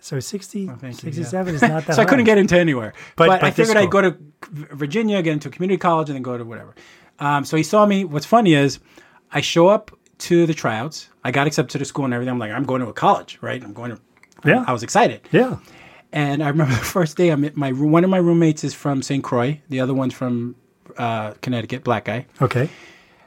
S1: So 60,
S3: Oh, thank you, yeah.
S1: 67 is
S3: [laughs]
S1: not that.
S3: so I couldn't
S1: high.
S3: get into anywhere.
S1: But-
S3: But,
S1: but
S3: I
S1: this
S3: figured I'd
S1: school.
S3: go to Virginia, get into a community college, and then go to whatever. Um, so he saw me. What's funny is I show up to the tryouts. I got accepted to the school and everything. I'm like, I'm going to a college, right? I'm going to.
S1: Yeah.
S3: I was excited.
S1: Yeah.
S3: And I remember [laughs] the first day. I'm at my room- one of my roommates is from St. Croix. The other one's from uh, Connecticut. Black guy.
S1: Okay.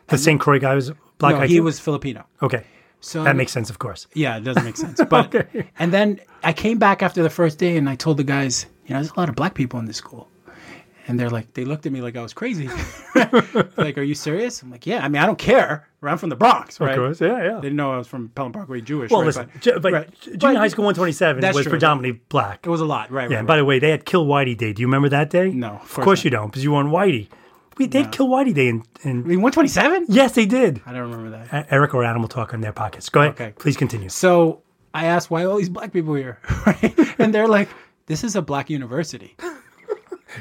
S1: The St. Croix guy was black
S3: no,
S1: guy.
S3: he
S1: too?
S3: was Filipino.
S1: Okay.
S3: So
S1: That makes sense, of course.
S3: Yeah, it doesn't make sense.
S1: [laughs]
S3: But and then I came back after the first day and I told the guys, you know, there's a lot of black people in this school. And they're like, they looked at me like I was crazy. [laughs] like, are you serious? I'm like, yeah. I mean, I don't care. I'm from the Bronx, right?
S1: course, yeah, yeah.
S3: They didn't know I was from Pelham Parkway Jewish.
S1: Well,
S3: right?
S1: listen, ju- but
S3: right.
S1: junior
S3: But
S1: high school 127
S3: That's
S1: was
S3: true.
S1: predominantly black.
S3: It was a lot, right?
S1: Yeah,
S3: right,
S1: and by the way, they had Kill Whitey Day. Do you remember that day?
S3: No,
S1: Of
S3: of
S1: course,
S3: course
S1: you don't, because you were on Whitey. We did Kill Whitey Day, and, and
S3: 127?
S1: yes, they did.
S3: I don't remember that.
S1: E- Eric or Adam will talk on their pockets. Go ahead.
S3: Okay.
S1: Please continue.
S3: So I asked why all these black people here, [laughs] right? and they're like, "This is a
S1: [laughs]
S3: black university." I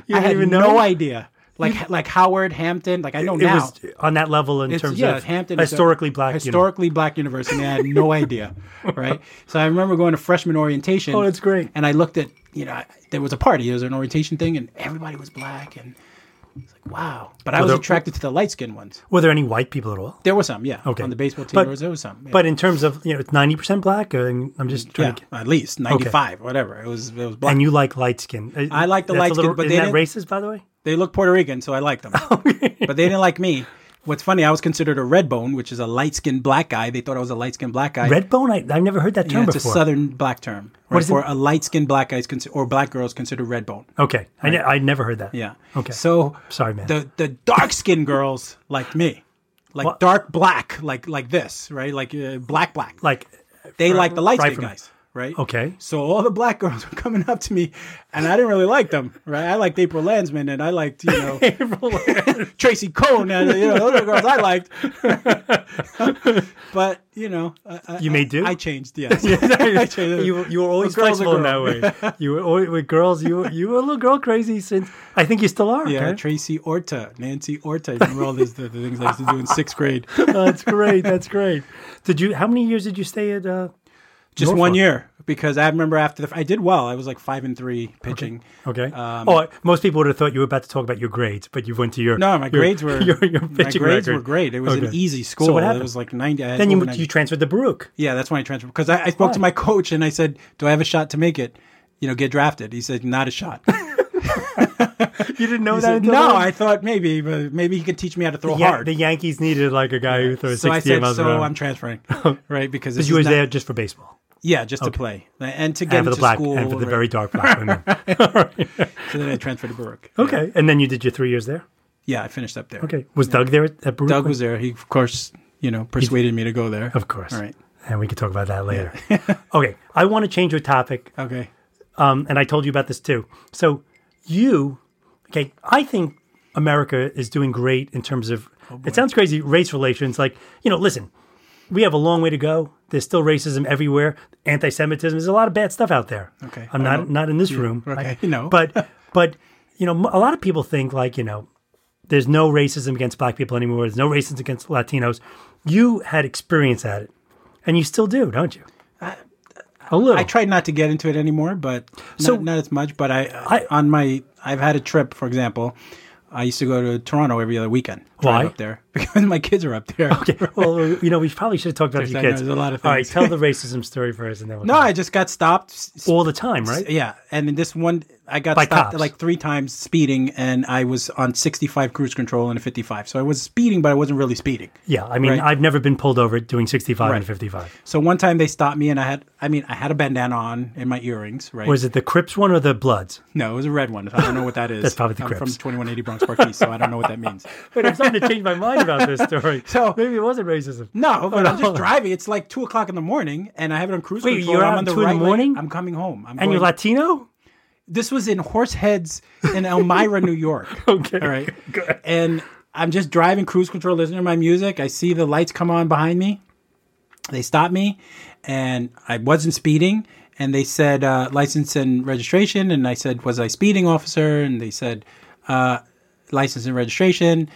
S1: didn't
S3: had
S1: even know?
S3: no idea. Like like Howard Hampton, like I know
S1: it
S3: Oh, now.
S1: was on that level in
S3: It's-
S1: terms
S3: yeah,
S1: of
S3: Hampton is a-
S1: historically black. uni-
S3: historically black university. and I
S1: [laughs]
S3: had no idea, right? So I remember going to freshman orientation.
S1: Oh, that's great.
S3: And I looked at you know I- there was a party, there was an orientation thing, and everybody was black, and it's like wow. But I was
S1: there-
S3: attracted to the light skinned ones.
S1: Were there any white people at all?
S3: There were some, yeah.
S1: Okay.
S3: On the baseball team,
S1: But-
S3: there was there was some, yeah.
S1: But in terms of you know, it's ninety percent black. uh, and I'm just trying
S3: yeah,
S1: to. Get,
S3: at least ninety five, whatever. It was it was black.
S1: and you like light skin. Uh,
S3: I like the
S1: that's a
S3: light skin,
S1: little-
S3: but
S1: isn't
S3: they
S1: that racist, by the way?
S3: they look Puerto Rican, so I liked
S1: [laughs]
S3: them. but they didn't like me. What's funny, I was considered a red bone, which is a light skinned black guy. They thought I was a light skinned black guy.
S1: Red bone. I, I've never heard that term
S3: Yeah, it's
S1: before.
S3: a southern black term. Right?
S1: is it?
S3: For a light skinned black guy is consi- or black girl is considered red bone.
S1: okay, I, ne- I never heard that.
S3: Yeah.
S1: Okay.
S3: So
S1: Sorry, man.
S3: The the dark skinned girls like me, like
S1: What?
S3: dark black, like like this, right? Like uh, black black.
S1: like,
S3: they like the light
S1: right
S3: skinned
S1: from-
S3: guys. Right.
S1: Okay.
S3: So all the black girls [laughs] were coming up to me, and I didn't really like them. Right. I liked April Landsman, and I liked you
S1: [laughs]
S3: know Tracy Cohn, and you know those are the girls I
S1: [laughs]
S3: liked. but you know, I, I-
S1: You may do.
S3: I changed.
S1: [laughs]
S3: Yes. [laughs] I changed.
S1: you, you were always
S3: girl's a
S1: flexible in that
S3: girl. [laughs]
S1: way. You were always, with girls. You were, you were a little girl crazy since I think you still are.
S3: Yeah,
S1: okay?
S3: Tracy Orta, Nancy Orta. You remember all these the, the things I used to do in
S1: [laughs]
S3: sixth grade?
S1: Oh, that's great. That's great. Did you? How many years did you stay at? Uh,
S3: Just
S1: Norfolk.
S3: one year because I remember after the I did well. I was like five and three pitching.
S1: okay.
S3: Um,
S1: oh, most people would have thought you were about to talk about your grades, but you went to your.
S3: No, my
S1: your-
S3: grades were
S1: [laughs] your, your
S3: my grades
S1: pitching record.
S3: were great. It was an
S1: Okay.
S3: easy school.
S1: So what happened?
S3: It was like ninety. I had
S1: then
S3: over
S1: you
S3: 90.
S1: you transferred to Baruch.
S3: yeah, that's when I transferred because I, I spoke to
S1: Why?
S3: my coach and I said, "Do I have a shot to make it? You know, get drafted?" He said, "Not a shot." He
S1: You didn't know
S3: said,
S1: until
S3: no,
S1: then?
S3: I thought maybe, but maybe he could teach me how to throw
S1: Yeah,
S3: hard.
S1: the Yankees needed like a guy who throws
S3: so I
S1: 68
S3: said,
S1: miles
S3: "So
S1: an hour.
S3: I'm
S1: [laughs]
S3: transferring, right?" Because
S1: Because
S3: this
S1: you
S3: is
S1: were
S3: not-
S1: there just for baseball
S3: yeah, just to play and to get
S1: and for
S3: into
S1: the black
S3: school
S1: and for the
S3: right?
S1: very dark
S3: [laughs]
S1: black women.
S3: So then I transferred to Baruch.
S1: [laughs] Okay, and then you did your three years there.
S3: Yeah, I finished up there.
S1: Okay, was Doug there at, at Baruch?
S3: Doug
S1: when-
S3: was there. He, of course, you know, persuaded me to go there.
S1: Of course.
S3: All right.
S1: And we could talk about that
S3: [laughs]
S1: later. okay. I want to change your topic.
S3: Okay.
S1: Um, and I told you about this too. So you, okay, I think America is doing great in terms of,
S3: Oh,
S1: it sounds crazy, race relations. Like, you know, listen, we have a long way to go. There's still racism everywhere, anti Semitism. There's a lot of bad stuff out there.
S3: Okay.
S1: I'm
S3: I
S1: not,
S3: don't-
S1: not in this room.
S3: okay, [laughs]
S1: I-
S3: no.
S1: But, but, you know, m- a lot of people think like, you know, there's no racism against black people anymore. There's no racism against Latinos. You had experience at it, and you still do, don't you? A little.
S3: I tried not to get into it anymore, but
S1: So-
S3: not, not as much. But I,
S1: I-
S3: on my, I've had a trip, for example. I used to go to Toronto every other weekend. drive
S1: Why?
S3: Up there [laughs] because my kids are up there. [laughs]
S1: Okay. Well, you know, we probably should have talked about
S3: There's-
S1: your
S3: I know,
S1: kids.
S3: there's a lot of
S1: All right,
S3: things. [laughs]
S1: tell the racism story first, and then we'll
S3: No, I just got stopped. s-
S1: all the time, right?
S3: Yeah, and in this one, I got
S1: By
S3: stopped
S1: cops.
S3: like three times speeding, and I was on 65 cruise control and a 55. So I was speeding, but I wasn't really speeding.
S1: Yeah, I mean,
S3: Right.
S1: I've never been pulled over doing 65 and
S3: Right.
S1: 55.
S3: So one time they stopped me, and I had, I mean, I had a bandana on and my earrings, right?
S1: Was it the Crips one or the Bloods?
S3: no, it was a red one. I don't know
S1: [laughs]
S3: what that is.
S1: That's probably the
S3: I'm from
S1: Crips.
S3: 2180 Bronx Park East, so I don't know what
S1: [laughs]
S3: that means.
S1: Wait, I'm starting to change my mind about
S3: [laughs]
S1: this story.
S3: So-
S1: maybe it wasn't racism.
S3: No, but I'm
S1: no.
S3: just driving. It's like two o'clock in the morning, and I have it on cruise
S1: Oh. Wait,
S3: control.
S1: you're
S3: I'm
S1: out
S3: on
S1: at two in the
S3: right lane.
S1: morning?
S3: I'm coming home. I'm
S1: And you're
S3: going-
S1: Latino?
S3: this was in Horseheads in Elmira, New York.
S1: [laughs] Okay.
S3: All right. And I'm just driving cruise control, listening to my music. I see the lights come on behind me. They stop me, and I wasn't speeding. And they said uh, license and registration. And I said, was I speeding, officer? And they said uh, license and registration.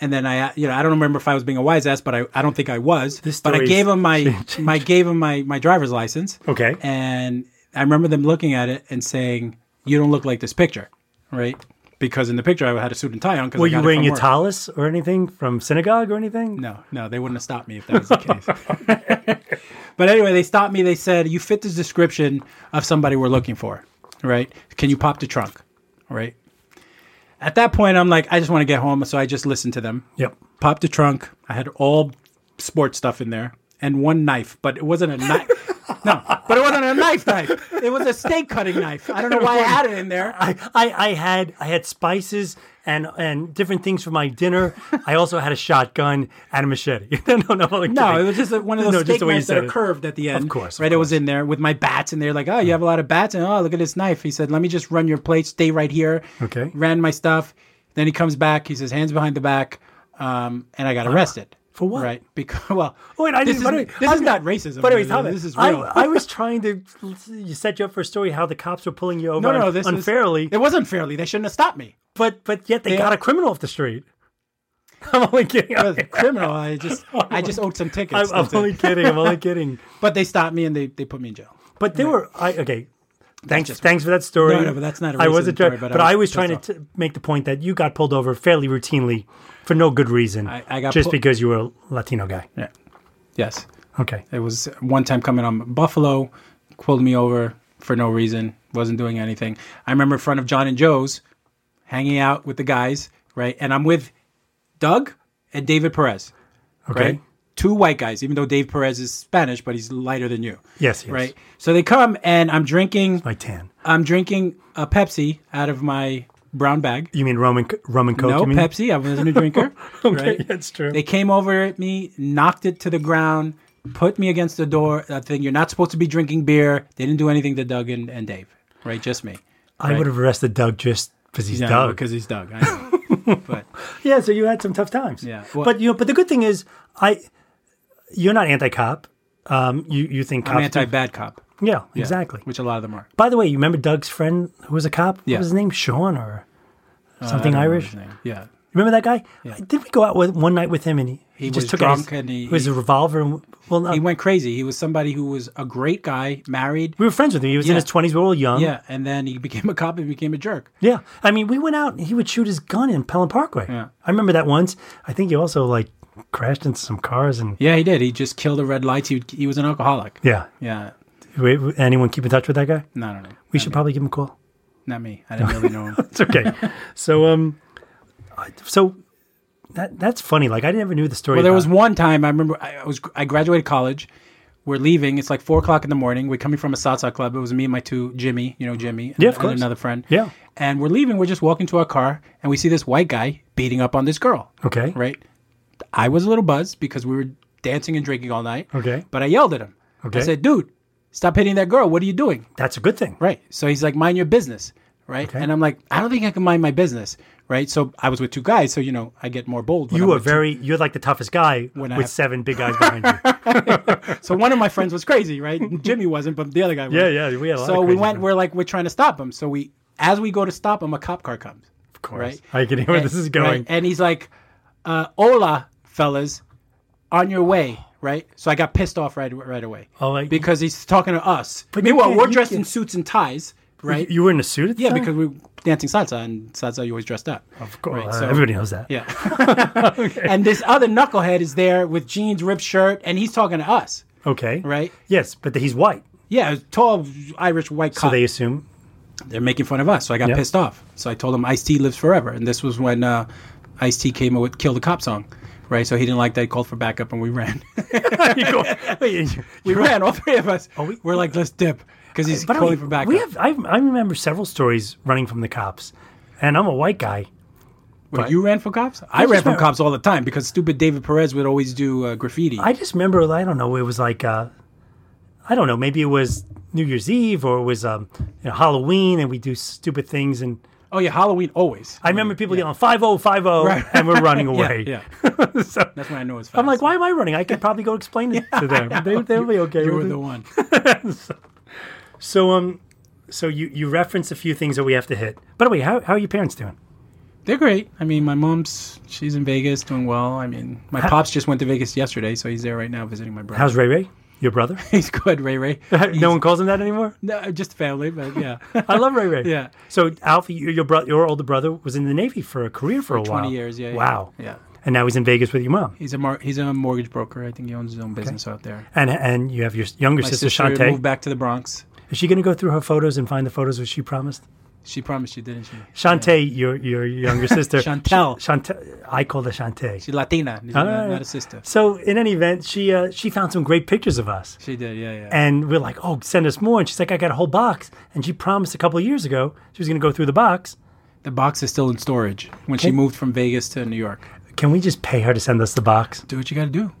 S3: And then I, you know, I don't remember if I was being a wise ass, but I, I don't think I was.
S1: This
S3: but I
S1: story's
S3: gave him my, my gave him my, my driver's license.
S1: Okay.
S3: And I remember them looking at it and saying, "You don't look like this picture, right?" Because in the picture I had a suit and tie on. Because
S1: Were
S3: I got
S1: you
S3: it
S1: wearing
S3: from
S1: your
S3: work.
S1: tallis or anything from synagogue or anything?
S3: No, no, they wouldn't have stopped me if that was the case. [laughs] but anyway, they stopped me. They said, "You fit this description of somebody we're looking for, right? Can you pop the trunk, right?" At that point, I'm like, I just want to get home, so I just listened to them.
S1: Yep.
S3: Popped the trunk. I had all sports stuff in there and one knife, but it wasn't a
S1: [laughs]
S3: knife. No, but it wasn't a knife knife. It was a steak cutting knife. I don't know why I had it in there.
S1: I, I, I had I had spices and and different things for my dinner.
S3: [laughs]
S1: I also had a shotgun and a machete. [laughs] no, no, no. I'm
S3: No, it
S1: kidding.
S3: was just a, one of those
S1: No, just
S3: steak
S1: the way you
S3: knives that
S1: said
S3: are
S1: it.
S3: curved at the end.
S1: course, of
S3: right? It was in there with my bats, and they're like, "Oh, you have a lot of bats," and oh, look at this knife. He said, "Let me just run your plate. Stay right here."
S1: Okay.
S3: Ran my stuff. Then he comes back. He says, "Hands behind the back," um, and I got arrested.
S1: For what?
S3: Right? Because [laughs] well,
S1: Wait, I didn't.
S3: this is,
S1: by the way,
S3: this
S1: I'm-
S3: is not racism.
S1: By the way,
S3: though.
S1: Tom,
S3: this is
S1: I,
S3: real. [laughs]
S1: I was trying to you set you up for a story how the cops were pulling you over
S3: no, no,
S1: un-
S3: this is-
S1: unfairly,
S3: it wasn't fairly. They shouldn't have stopped me.
S1: but but yet they got a criminal off the street. [laughs] I'm only kidding. [laughs]
S3: I was a criminal. I just, I just owed some
S1: I'm,
S3: tickets.
S1: Oh I'm
S3: That's it.
S1: only kidding.
S3: [laughs]
S1: I'm only kidding.
S3: But they stopped me and they, they put me in jail.
S1: But they were I okay. Thanks,
S3: just-
S1: thanks for that story.
S3: No, no, but that's not a
S1: I
S3: racism
S1: wasn't
S3: story,
S1: trying,
S3: but
S1: but,
S3: I
S1: I
S3: was
S1: was
S3: pissed
S1: trying to t- make the point that you got pulled over fairly routinely for no good reason,
S3: I- I got
S1: just
S3: pull-
S1: because you were a Latino guy.
S3: Yeah. Yes.
S1: Okay,
S3: It was one time coming on Buffalo, pulled me over for no reason, wasn't doing anything. I remember in front of John and Joe's, hanging out with the guys, right? And I'm with Doug and David Perez,
S1: okay,
S3: right? Two white guys, even though Dave Perez is Spanish, but he's lighter than you.
S1: yes, yes.
S3: Right. So they come and I'm drinking
S1: my tan.
S3: I'm drinking a Pepsi out of my brown bag.
S1: You mean Roman Roman Coke?
S3: No
S1: you mean?
S3: Pepsi, I wasn't a drinker.
S1: [laughs] Okay,
S3: right?
S1: that's true.
S3: They came over at me, knocked it to the ground, put me against the door. I think you're not supposed to be drinking beer. They didn't do anything to Doug and, and Dave, right? Just me.
S1: I would have arrested Doug just because he's
S3: Yeah,
S1: Doug.
S3: because he's Doug. I
S1: [laughs]
S3: know. but
S1: Yeah, so you had some tough times.
S3: Yeah, well-
S1: but you know, but the good thing is, I you're not anti-cop. Um, you you think cops?
S3: I'm anti
S1: do-
S3: bad cop.
S1: yeah,
S3: Yeah,
S1: exactly.
S3: Which a lot of them are.
S1: By the way, you remember Doug's friend who was a cop?
S3: Yeah. Uh,
S1: What was his name? Sean or
S3: I don't
S1: something
S3: remember
S1: Irish?
S3: his name. Yeah.
S1: Remember that guy? Did we go out with one night with him and he, he, just
S3: was
S1: took out his-
S3: drunk and he-
S1: it was a revolver? And, well, no,
S3: He went crazy. He was somebody who was a great guy, married.
S1: we were friends with him. He was in
S3: Yeah.
S1: his twenties. We were all young.
S3: Yeah. And then he became a cop and became a jerk.
S1: Yeah. I mean, we went out and he would shoot his gun in Pelham Parkway.
S3: Yeah.
S1: I remember that once. I think he also like crashed into some cars and
S3: Yeah, he did. He just killed the red lights. He, he was an alcoholic.
S1: yeah.
S3: Yeah.
S1: Wait, anyone keep in touch with that guy?
S3: No, no, no.
S1: We
S3: Not
S1: should
S3: me.
S1: probably give him a call. [laughs]
S3: Not me. I didn't really know him.
S1: It's okay. so um, I- so that that's funny. Like I never knew the story.
S3: Well, there
S1: about-
S3: was one time I remember I I was I graduated college. We're leaving. It's like four o'clock in the morning. We're coming from a salsa club. It was me and my two Jimmy, you know Jimmy, and,
S1: Yeah, of
S3: and
S1: course.
S3: another friend.
S1: Yeah.
S3: And we're leaving. We're just walking to our car, and we see this white guy beating up on this girl.
S1: okay.
S3: Right. I was a little buzzed because we were dancing and drinking all night.
S1: Okay.
S3: But I yelled at him.
S1: Okay.
S3: I said, "Dude, stop hitting that girl. What are you doing?"
S1: That's a good thing.
S3: Right. So he's like, "Mind your business." right?
S1: Okay.
S3: And I'm like, I don't think I can mind my business, right? So I was with two guys, so you know, I get more bold. when
S1: You
S3: I'm
S1: are
S3: with two-
S1: very, you're like the toughest guy
S3: When
S1: with
S3: I have-
S1: seven big guys
S3: [laughs]
S1: behind you.
S3: So one of my friends was
S1: [laughs]
S3: crazy, right? Jimmy wasn't, but the other guy. was.
S1: Yeah, yeah, we had a lot
S3: so
S1: of
S3: we
S1: crazy
S3: went.
S1: friends.
S3: We're like, we're trying to stop him. So we, as we go to stop him, a cop car comes. Of
S1: course. I can hear [laughs] where this is going.
S3: And he's like, uh, "Hola, fellas, on your way." Right. So I got pissed off right right away.
S1: Oh, like-
S3: because he's talking to us.
S1: But you
S3: meanwhile,
S1: can't-
S3: we're
S1: you
S3: dressed in
S1: can't-
S3: suits and ties. Right.
S1: You were in a suit at the
S3: yeah,
S1: time?
S3: because we were dancing salsa, and salsa you always dressed up.
S1: Of course.
S3: Right,
S1: uh,
S3: so-
S1: [laughs] everybody knows that.
S3: Yeah.
S1: [laughs]
S3: And this other knucklehead is there with jeans, ripped shirt, and he's talking to us.
S1: Okay.
S3: Right.
S1: Yes, but he's white.
S3: Yeah, tall Irish white
S1: So
S3: cop.
S1: they
S3: they, [laughs]
S1: assume. [laughs]
S3: are making fun of us. So I got
S1: Yeah.
S3: pissed off. So I told him Ice T lives forever. And this was when uh, Ice T came out with Kill the Cop song, right? So he didn't like that. He called for backup and we ran. [laughs]
S1: You go- [laughs] wait, you-
S3: we ran, all three of us.
S1: we-
S3: we, are like, let's dip. Because he's
S1: but I
S3: calling
S1: mean,
S3: for backup.
S1: we have, I, I remember several stories running from the cops, and I'm a white guy.
S3: Wait, you ran for cops? I
S1: just
S3: ran from
S1: ran-
S3: cops all the time because stupid David Perez would always do uh, graffiti.
S1: I just remember, I don't know, it was like, uh, I don't know, maybe it was New Year's Eve or it was um, you know, Halloween, and we do stupid things. And
S3: oh, yeah, Halloween, always.
S1: I remember people yelling five oh five oh,
S3: Mm, Right.
S1: and we're running
S3: [laughs] Yeah,
S1: away.
S3: yeah.
S1: [laughs] so
S3: That's when I know it's fast.
S1: I'm like, why am I running? I could probably go explain it to them. They, they'll be okay.
S3: You
S1: with
S3: were
S1: it.
S3: the one.
S1: So um, so you you reference a few things that we have to hit. By the way, how how are your parents doing?
S3: They're great. I mean, my mom's she's in Vegas doing well. I mean, my pops just went to Vegas yesterday, so he's there right now visiting my brother.
S1: How's Ray Ray? Your brother?
S3: [laughs] he's good, Ray Ray.
S1: [laughs] no one calls him that
S3: [laughs]
S1: anymore.
S3: no, just family, but yeah,
S1: [laughs] I love Ray Oh, Ray.
S3: Yeah.
S1: So Alfie, your your, bro- your older brother was in the Navy for a career for, a while.
S3: 20 years. Yeah. yeah,
S1: Wow.
S3: Yeah.
S1: And now he's in Vegas with your mom.
S3: He's a mar- he's a mortgage broker. I think he owns his own business out there.
S1: And and you have your younger
S3: My
S1: sister,
S3: sister
S1: Shantae.
S3: moved back to the Bronx.
S1: Is she going to go through her photos and find the photos which she promised?
S3: She promised you, didn't she?
S1: Shantae, your your
S3: [laughs]
S1: younger sister,
S3: Chantel.
S1: Sh- Chantel, I called her Shantae.
S3: She's Latina, not,
S1: Ah.
S3: not a sister.
S1: So in any event, she uh, she found some great pictures of us.
S3: She did, yeah, yeah.
S1: And we're like, oh, send us more. And she's like, I got a whole box. And she promised a couple of years ago she was going to go through the box.
S3: the box is still in storage when she
S1: Okay.
S3: moved from Vegas to New York.
S1: Can we just pay her to send us the box?
S3: Do what you got to do.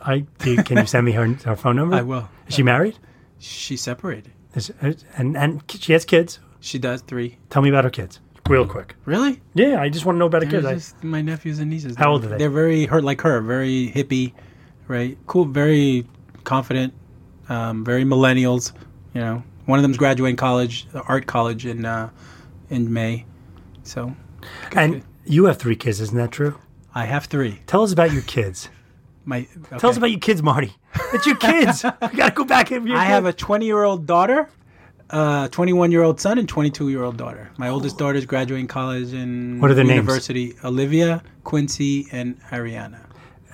S1: I do, can you send me her [laughs] her phone number?
S3: I will.
S1: Is she married?
S3: She separated.
S1: Is, is- and and she has kids.
S3: She does three.
S1: Tell me about her kids, real quick.
S3: Really?
S1: Yeah, I just want to know about her
S3: They're
S1: kids. I-
S3: just my nephews and
S1: How
S3: nieces. They're-
S1: old are they?
S3: They're very her like her, very hippie, right? Cool, very confident, um, very millennials. You know, one of them's graduating college, uh, art college in uh, in May. So
S1: and you have three kids, isn't that true?
S3: I have three.
S1: Tell us about your kids.
S3: My
S1: Tell us about your kids, Marty. It's your kids. we gotta go back and
S3: I have a 20 year old daughter, uh, 21 year old son, and 22 year old daughter. My oldest daughter is graduating college in
S1: What are their names?
S3: university. Olivia, Quincy, and Ariana.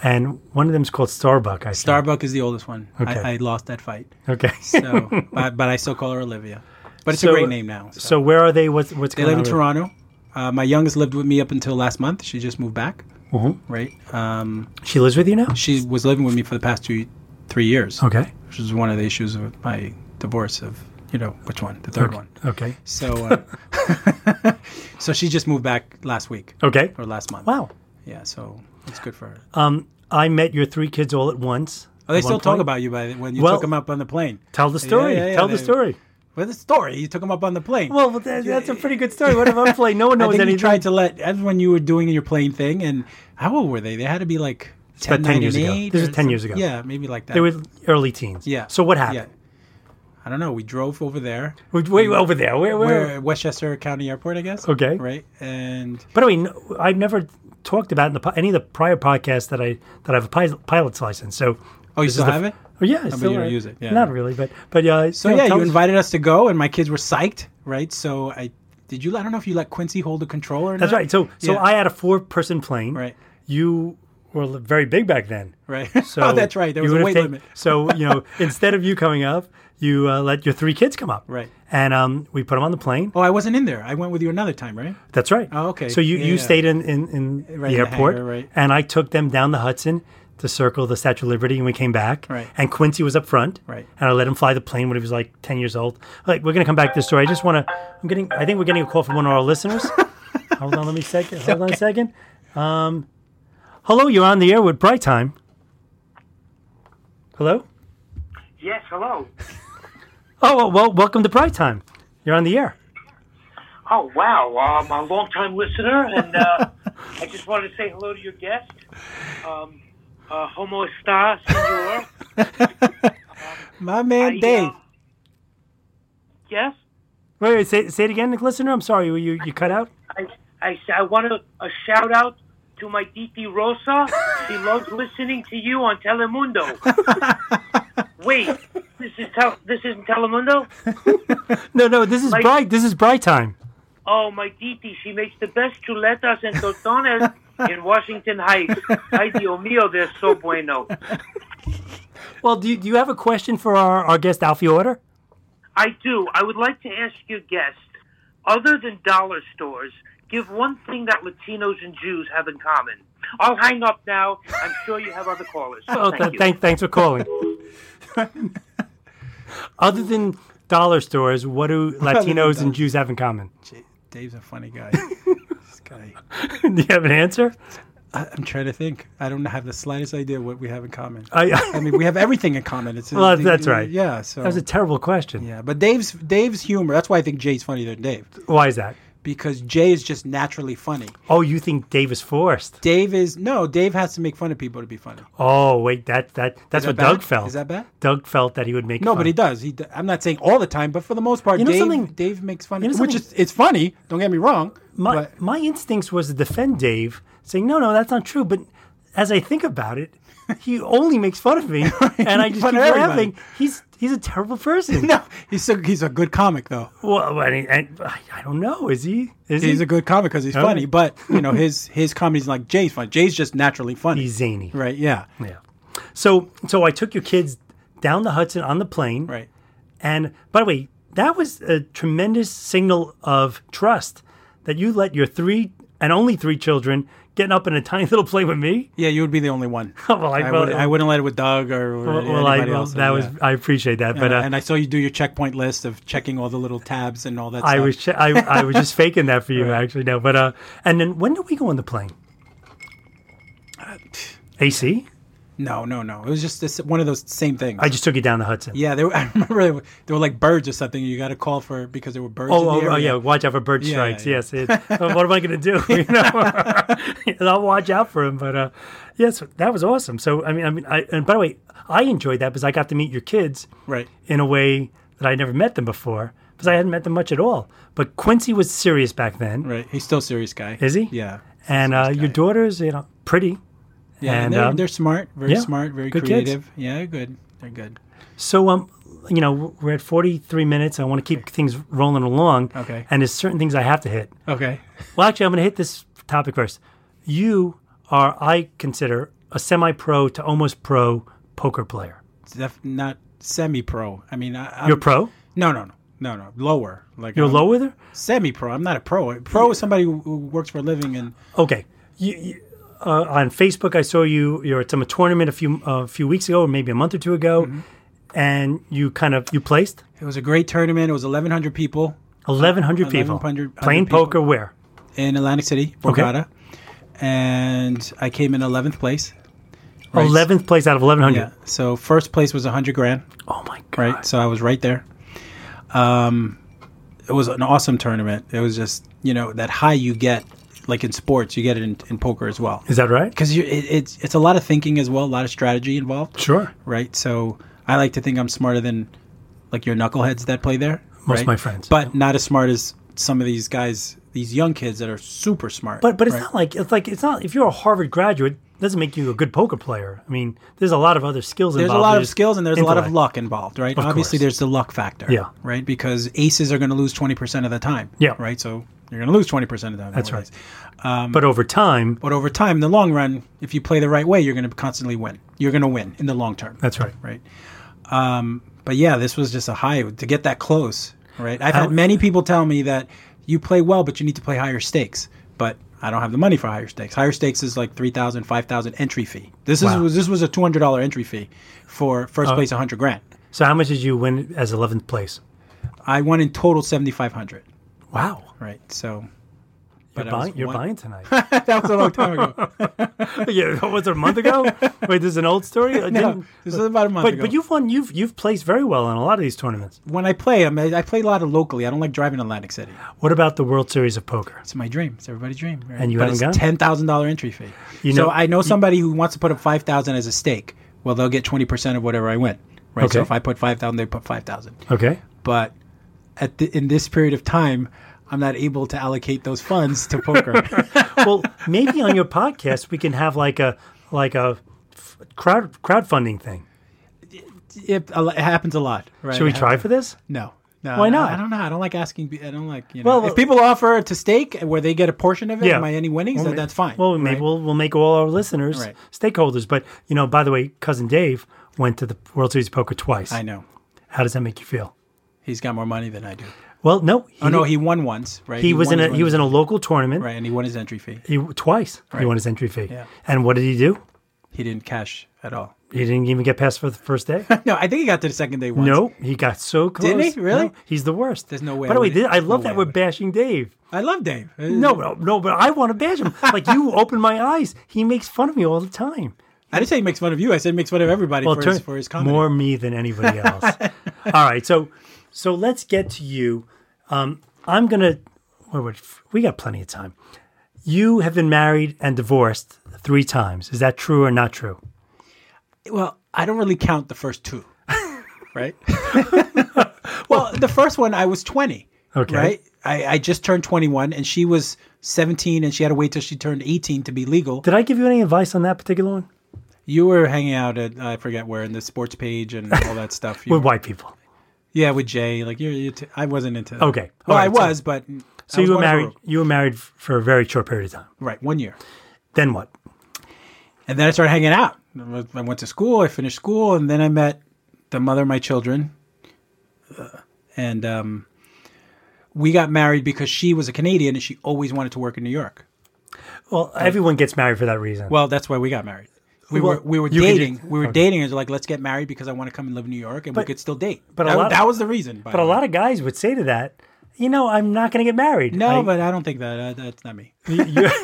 S1: and one of them's called Starbuck. I think.
S3: Starbuck is the oldest one.
S1: Okay.
S3: I, I lost
S1: [laughs]
S3: that fight.
S1: Okay.
S3: So, but, but I still call her Olivia. But it's
S1: So-
S3: a great name now. So,
S1: So where are they? What's what's
S3: they
S1: going
S3: live in
S1: on? with-
S3: Toronto. Uh, my youngest lived with me up until last month. She just moved back.
S1: Mhm.
S3: Right. Um,
S1: She lives with you now.
S3: she was living with me for the past two, three years,
S1: Okay.
S3: which is one of the issues of my divorce. Of you know which one, the third one.
S1: Okay.
S3: So, uh, [laughs] so she just moved back last week
S1: Okay.
S3: or last month.
S1: Wow.
S3: Yeah. So it's good for her.
S1: Um, I met your three kids all at once.
S3: oh, they
S1: at
S3: still
S1: one
S3: talk
S1: point.
S3: about you by the, when you
S1: Well-
S3: took them up on the plane.
S1: Tell the story.
S3: yeah, yeah,
S1: Tell the
S3: they-
S1: story.
S3: Well, the story. You took them up on the plane.
S1: Well, but that, that's a pretty good story. What about play? [laughs] No one
S3: [laughs] I
S1: knows
S3: think you
S1: anything.
S3: tried to let that's when you were doing your plane thing. And how old were they? They had to be like 10,
S1: about 10
S3: 9,
S1: years
S3: and
S1: ago.
S3: eight
S1: This
S3: or
S1: was 10 years
S3: some-
S1: ago.
S3: Yeah, maybe like that.
S1: They were early teens.
S3: yeah.
S1: So what happened?
S3: Yeah. I don't know. We drove over there.
S1: We're way over there. Where? Where?
S3: We're at Westchester County Airport, I guess.
S1: Okay.
S3: Right. And
S1: By the way, no, I've never talked about in the, po- any of the prior podcasts that I that I have a pi- pilot's license. So
S3: oh, you
S1: this is
S3: still
S1: the-
S3: have it?
S1: Oh, yeah, I
S3: but
S1: still
S3: you don't
S1: have
S3: use it, yeah.
S1: Not really, but but uh, yeah.
S3: So yeah, you invited us to go, and my kids were psyched, right? So I did you. I don't know if you let Quincy hold the controller. Or
S1: That's
S3: not.
S1: right. So so
S3: Yeah.
S1: I had a four person plane.
S3: Right.
S1: You were li- very big back then.
S3: right. [laughs]
S1: So
S3: oh, that's right. There was
S1: you
S3: a
S1: would've
S3: weight
S1: taken-
S3: limit.
S1: [laughs] So you know, instead of you coming up, you uh, let your three kids come up.
S3: Right.
S1: And um, we put them on the plane.
S3: Oh, I wasn't in there. I went with you another time, right?
S1: That's right.
S3: Oh, okay.
S1: So you,
S3: Yeah,
S1: you
S3: yeah.
S1: stayed in in, in
S3: Right
S1: the
S3: in the
S1: airport,
S3: hangar, right.
S1: and I took them down the Hudson to circle the Statue of Liberty, and we came back.
S3: Right.
S1: And Quincy was up front.
S3: Right.
S1: And I let him fly the plane when he was like ten years old. Like we're gonna come back to this story. I just want to. I'm getting. I think we're getting a call from one of our
S3: [laughs]
S1: listeners. Hold on, let me second. Hold on a second. Um, hello, you're on the air with Bright Time. Hello.
S4: Yes, hello.
S1: Oh well, welcome to Bright Time. You're on the air.
S4: Oh, wow. Um, I'm a longtime listener, and uh, I just wanted to say hello to your guest. Um, uh, homo está, senor.
S3: My
S4: I,
S3: man,
S4: uh,
S3: Dave.
S4: yes?
S1: Wait, wait say, say it again, listener. I'm sorry, were you, you cut out?
S4: I, I, I want a, a shout out to my Diti Rosa. She loves listening to you on Telemundo. Wait, this is tel- this isn't Telemundo.
S1: No, no, this is
S4: Like-
S1: Bri. This is Bri time.
S4: Oh, my Diti, she makes the best chuletas and tostones in Washington Heights. Ay, Dios mío, they're so bueno.
S1: Well, do you, do you have a question for our, our guest, Alfie Order?
S4: I do. I would like to ask your guest, other than dollar stores, give one thing that Latinos and Jews have in common. I'll hang up now. I'm sure you have other callers.
S1: Oh,
S4: Thank
S1: th-
S4: you.
S1: thank, thanks for calling. [laughs] Other than dollar stores, what [laughs] do Latinos and Jews have in common?
S3: [laughs] Dave's a funny guy. this guy.
S1: [laughs] do you have an answer?
S3: I, I'm trying to think. I don't have the slightest idea what we have in common.
S1: [laughs]
S3: I,
S1: I,
S3: mean, we have everything in common. It's
S1: Uh, Well, that's right.
S3: Yeah. So.
S1: that was a terrible question.
S3: yeah, but Dave's Dave's humor. That's why I think Jay's funnier than Dave
S1: Why is that?
S3: because Jay is just naturally funny.
S1: Oh, you think Dave is forced?
S3: Dave is no. Dave has to make fun of people to be funny.
S1: Oh, wait, that that that's
S3: Is
S1: what
S3: that
S1: Doug
S3: bad?
S1: felt.
S3: Is that bad?
S1: Doug felt that he would make
S3: No,
S1: fun.
S3: but he does. He. d- I'm not saying all the time, but for the most part,
S1: You know
S3: Dave,
S1: something-
S3: Dave makes fun,
S1: you know
S3: of which is
S1: something-
S3: it's funny. Don't get me wrong.
S1: my
S3: but [laughs]
S1: my instincts was to defend Dave, saying no, no, that's not true. But as I think about
S3: [laughs]
S1: it, he only makes fun of me, and I just
S3: Fun
S1: keep
S3: of everybody.
S1: laughing. He's he's a terrible person.
S3: [laughs] no, he's a, he's a good comic though.
S1: Well, I, mean, I, I I don't know. Is he? Is
S3: He's
S1: he?
S3: a good comic because he's funny, but you know his his comedy's like Jay's funny. Jay's just naturally funny.
S1: He's zany.
S3: right. Yeah.
S1: Yeah. So so I took your kids down the Hudson on the plane.
S3: Right.
S1: And by the way, that was a tremendous signal of trust that you let your three and only three children getting up in a tiny [laughs] little plane with me.
S3: Yeah, you would be the
S1: [laughs]
S3: only one.
S1: Well, I-
S3: I,
S1: well,
S3: would, I wouldn't let it with Doug or, or
S1: Well, well, I,
S3: anybody
S1: well,
S3: else. so
S1: that was
S3: yeah.
S1: I appreciate that, but
S3: And,
S1: uh,
S3: I- and I saw you do your checkpoint list of checking all the little tabs and all that.
S1: I
S3: stuff.
S1: was che- I, I was just faking that for you actually. No, but uh, and then when do we go on the plane?
S3: Uh,
S1: AC.
S3: no, no, no. It was just this, one of those same things.
S1: I just took you down the Hudson.
S3: yeah, they were, [laughs] I remember they were, they were like birds or something. You got to call for because there were birds. in
S1: Oh,
S3: the
S1: oh, oh,
S3: area.
S1: yeah! Watch out for bird
S3: Yeah, yeah,
S1: strikes.
S3: yeah.
S1: Yes. It, uh, what am I going to do?
S3: [laughs]
S1: You know, [laughs] I'll watch out for him. But uh, yes, that was awesome. So I mean, I mean, I, and by the way, I enjoyed that because I got to meet your kids
S3: Right.
S1: in a way that I never met them before because I hadn't met them much at all. But Quincy was serious back then,
S3: Right. He's still a serious guy.
S1: Is he?
S3: Yeah.
S1: and uh,
S3: Serious
S1: your
S3: guy.
S1: daughter's you know pretty.
S3: Yeah.
S1: And,
S3: And, they're,
S1: um,
S3: they're smart. Very
S1: yeah,
S3: smart. Very
S1: good kids.
S3: creative. Yeah. Good. They're good.
S1: So um, you know we're at forty three minutes. I want to keep things rolling along.
S3: Okay.
S1: And there's certain things I have to hit.
S3: Okay.
S1: Well, actually, I'm going to hit this topic first. You are, I consider, a semi-pro to almost pro poker player.
S3: Def- not semi-pro. I mean, I, I'm,
S1: You're pro.
S3: No, no, no, no, no. Lower. Like
S1: You're
S3: I'm
S1: lower there.
S3: Semi-pro. I'm not a pro. Pro is somebody who, who works for a living and
S1: Okay. You, you, uh, on Facebook, I saw you. You're at some tournament a few a few weeks ago, or maybe a month or two ago,
S3: Mm-hmm.
S1: and you kind of you placed
S3: It was a great tournament. It was 1,100 people
S1: 1,100 people
S3: 1,100
S1: playing
S3: Uh, people.
S1: poker. Where?
S3: in Atlantic City,
S1: Okay.
S3: Borgata, and I came in 11th place. Right.
S1: Eleventh place out of eleven
S3: Yeah.
S1: hundred.
S3: So first place was 100 grand,
S1: Oh my god!
S3: right? So I was right there. Um, it was an awesome tournament. It was just you know that high you get, like in sports, you get it in, in poker as well.
S1: Is that right?
S3: Because it, it's it's a lot of thinking as well, a lot of strategy involved.
S1: Sure.
S3: right? So I like to think I'm smarter than like your knuckleheads that play there.
S1: Most of
S3: right?
S1: my friends.
S3: but not as smart as some of these guys, these young kids that are super smart.
S1: But but it's
S3: right?
S1: not like it's like it's not if you're a Harvard graduate it doesn't make you a good poker player. I mean, there's a lot of other skills
S3: there's a
S1: involved.
S3: lot
S1: than
S3: of
S1: just
S3: skills and there's a lot of
S1: intellect.
S3: luck involved, right? Obviously,
S1: course.
S3: there's the luck factor.
S1: Yeah.
S3: right. Because aces are going to lose twenty percent of the time.
S1: Yeah.
S3: right. So you're going to lose twenty percent of the time.
S1: That's
S3: anyways.
S1: But over time,
S3: But over time, in the long run, if you play the right way, you're going to constantly win. You're going to win in the long term.
S1: that's right.
S3: right? Um, but yeah, this was just a high to get that close, right? I've had many people tell me that you play well, but you need to play higher stakes. But I don't have the money for higher stakes. Higher stakes is like 3000 5000 entry fee. This is
S1: Wow. Uh-huh.
S3: was this was a $200 entry fee for first place 100 grand.
S1: So how much did you win as 11th place?
S3: I won in total 7500,
S1: Wow.
S3: right? So But
S1: You're,
S3: I was
S1: buying, you're
S3: one-
S1: buying [laughs] tonight.
S3: [laughs] that was a long
S1: [laughs]
S3: time ago.
S1: yeah, what was it a month ago? Wait, this is an old story. I
S3: [laughs] No,
S1: didn't-
S3: this was about a month
S1: but
S3: ago.
S1: but you've won. You've you've placed very well in a lot of these tournaments.
S3: when I play, I, mean, I play a lot of locally. I don't like driving to Atlantic City.
S1: What about the World Series of Poker?
S3: It's my dream. It's everybody's dream. Right?
S1: And you
S3: but
S1: haven't
S3: it's
S1: gone?
S3: ten thousand dollar entry fee.
S1: You
S3: so
S1: know-
S3: I know somebody who wants to put up five thousand as a stake. Well, they'll get twenty percent of whatever I win. Right.
S1: Okay.
S3: So if I put five thousand, they put five thousand.
S1: Okay.
S3: But at the, in this period of time, I'm not able to allocate those funds to
S1: [laughs]
S3: poker.
S1: Well, maybe on your podcast we can have like a like a f- crowd crowdfunding thing.
S3: it, a lo- it happens a lot. Right.
S1: Should we
S3: It
S1: try
S3: happens-
S1: for this?
S3: No. No,
S1: Why
S3: I-
S1: not?
S3: I don't know. I don't like asking. pe- I don't like. You know,
S1: Well, uh,
S3: if people offer to stake where they get a portion of it,
S1: Yeah.
S3: am I any winnings? then
S1: may-
S3: that's fine.
S1: Well, maybe
S3: right?
S1: we'll, we'll make all our listeners
S3: Right.
S1: stakeholders. But you know, by the way, cousin Dave went to the World Series of Poker twice.
S3: I know
S1: How does that make you feel?
S3: he's got more money than I do.
S1: Well, no, he,
S3: Oh no, he won once, right?
S1: he was
S3: won
S1: in a
S3: his
S1: he was in
S3: one-
S1: a local tournament.
S3: right, and he won his entry fee.
S1: He twice he
S3: Right.
S1: won his entry fee.
S3: Yeah.
S1: And what did he do?
S3: He didn't cash at all.
S1: He didn't even get past for the first
S3: [laughs]
S1: day.
S3: No, I think he got to the second day once.
S1: no, he got so close.
S3: Didn't he? Really?
S1: No, he's the worst.
S3: There's no way
S1: By the
S3: I
S1: way,
S3: would-
S1: thi- I love
S3: no way
S1: that
S3: I
S1: we're
S3: would.
S1: bashing Dave.
S3: I love Dave. Uh,
S1: No, no, no, but I want to bash him. Like [laughs] you open my eyes. He makes fun of me all the time.
S3: I didn't say he makes fun of you. I said he makes fun of everybody
S1: Well,
S3: for, his,
S1: turn-
S3: for his comedy.
S1: more me than anybody else. [laughs] all right, so so let's get to you. Um, I'm gonna. Where would, we got plenty of time. You have been married and divorced three times. Is that true or not true?
S3: Well, I don't really count the
S1: [laughs]
S3: first two, right? [laughs] well, the first one I was twenty.
S1: Okay.
S3: Right. I, I just turned twenty one, and she was seventeen, and she had to wait till she turned eighteen to be legal.
S1: Did I give you any advice on that particular one?
S3: You were hanging out at I forget where in the sports page and all that stuff.
S1: [laughs]
S3: You
S1: With
S3: were-
S1: white people.
S3: yeah, with Jay. Like you're, you're t- I wasn't into. That.
S1: Okay.
S3: Well,
S1: All
S3: I
S1: right, so-
S3: was, but
S1: So you were married. You were married f- for a very short period of time.
S3: Right, one year.
S1: Then what?
S3: And then I started hanging out. I was- I went to school, I finished school, and then I met the mother of my children. Uh, And um, we got married because she was a Canadian and she always wanted to work in New York.
S1: Well, everyone gets married for that reason.
S3: Well, that's why we got married. We
S1: Well,
S3: were we were
S1: you could
S3: dating.
S1: just-
S3: we were dating. and like, let's get married because I want to come and live in New York, and we
S1: But-
S3: could still date.
S1: but a
S3: that,
S1: lot-
S3: that was the reason.
S1: but a lot of guys would say to that, you know, I'm not going to get married.
S3: no,
S1: I-
S3: but I don't think that uh, that's not me.
S1: okay.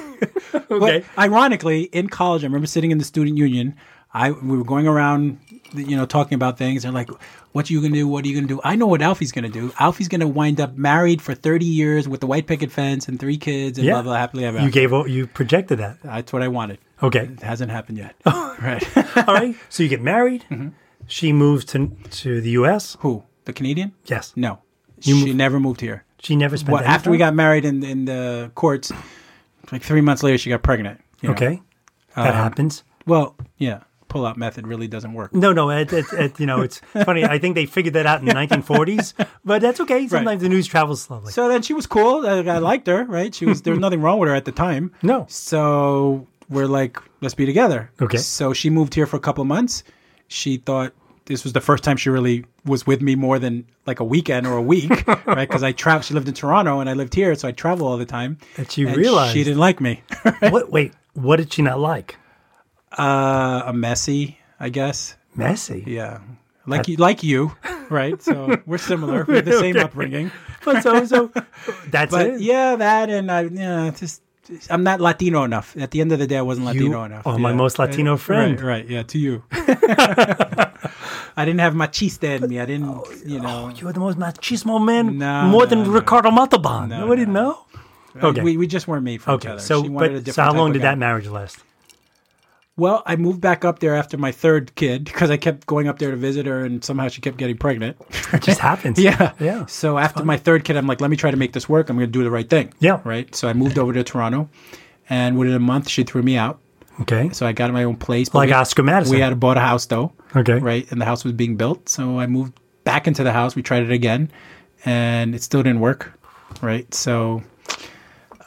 S3: But ironically, in college, I remember sitting in the student union. I we were going around, you know, talking about things. They're like, "What are you gonna do? What are you gonna do?" I know what Alfie's gonna do. Alfie's gonna wind up married for thirty years with the white picket fence and three kids and
S1: Yeah.
S3: blah blah happily ever.
S1: you
S3: after.
S1: gave Oh. o- you projected that.
S3: That's what I wanted. [laughs]
S1: Okay.
S3: It hasn't happened
S1: [laughs]
S3: yet. right?
S1: All right. So you get married.
S3: Mm-hmm.
S1: She moves to to the U.S.
S3: Who? The Canadian?
S1: Yes.
S3: No, she never moved here.
S1: She never spent.
S3: Well,
S1: any
S3: after we
S1: time?
S3: got married in in the courts, like three months later, she got pregnant. you know.
S1: okay, that
S3: Um,
S1: happens.
S3: Well, yeah, pull out method really doesn't work.
S1: No, no. It, it, it, you
S3: [laughs]
S1: know, it's funny. I think they figured that out in the 1940s, but that's okay. Sometimes the news travels slowly.
S3: So then she was cool. I, I liked her, right? She was there was nothing wrong with her at the time.
S1: Mm-hmm. No.
S3: So we're like, let's be together.
S1: Okay.
S3: So she moved here for a couple of months. She thought this was the first time she really was with me more than like a weekend or a
S1: [laughs]
S3: week, right? Because I travel. She lived in Toronto and I lived here, so I travel all the time.
S1: That you
S3: And
S1: realized.
S3: she didn't like me.
S1: what? Wait. What did she not like?
S3: uh, a messy, I guess.
S1: Messy.
S3: Yeah. Like you, like you, right? So we're similar. We
S1: [laughs]
S3: have the same
S1: Okay.
S3: upbringing.
S1: But so so. That's
S3: But
S1: it.
S3: yeah, that and I, yeah, just I'm not Latino enough. At the end of the day, I wasn't
S1: You
S3: Latino enough.
S1: are my
S3: Yeah.
S1: most Latino friend.
S3: Right, right, yeah,
S1: [laughs]
S3: to you. [laughs] I didn't have machista in me. I didn't,
S1: Oh,
S3: you know.
S1: You're the most machismo man,
S3: No,
S1: more
S3: no,
S1: than
S3: no.
S1: Ricardo Montalban.
S3: No,
S1: Nobody
S3: no.
S1: know. Okay.
S3: We, we just weren't made for each
S1: Oh, okay.
S3: other.
S1: So,
S3: She wanted a
S1: but,
S3: different
S1: so how
S3: type
S1: long
S3: of
S1: did
S3: guy.
S1: that marriage
S3: [laughs]
S1: last?
S3: Well, I moved back up there after my third kid because I kept going up there to visit her, and somehow she kept getting
S1: [laughs]
S3: pregnant. [laughs]
S1: It just happens.
S3: Yeah.
S1: Yeah.
S3: So after my third kid, I'm like, let me try to make this work. I'm going to do the right thing.
S1: Yeah.
S3: Right. So I moved over to Toronto, and within a month, she threw me out.
S1: Okay.
S3: So I got my own place. but
S1: Like
S3: we-
S1: Oscar Madison.
S3: We had bought a house though.
S1: Okay.
S3: Right. And the house was being built. So I moved back into the house. We tried it again, and it still didn't work. Right. So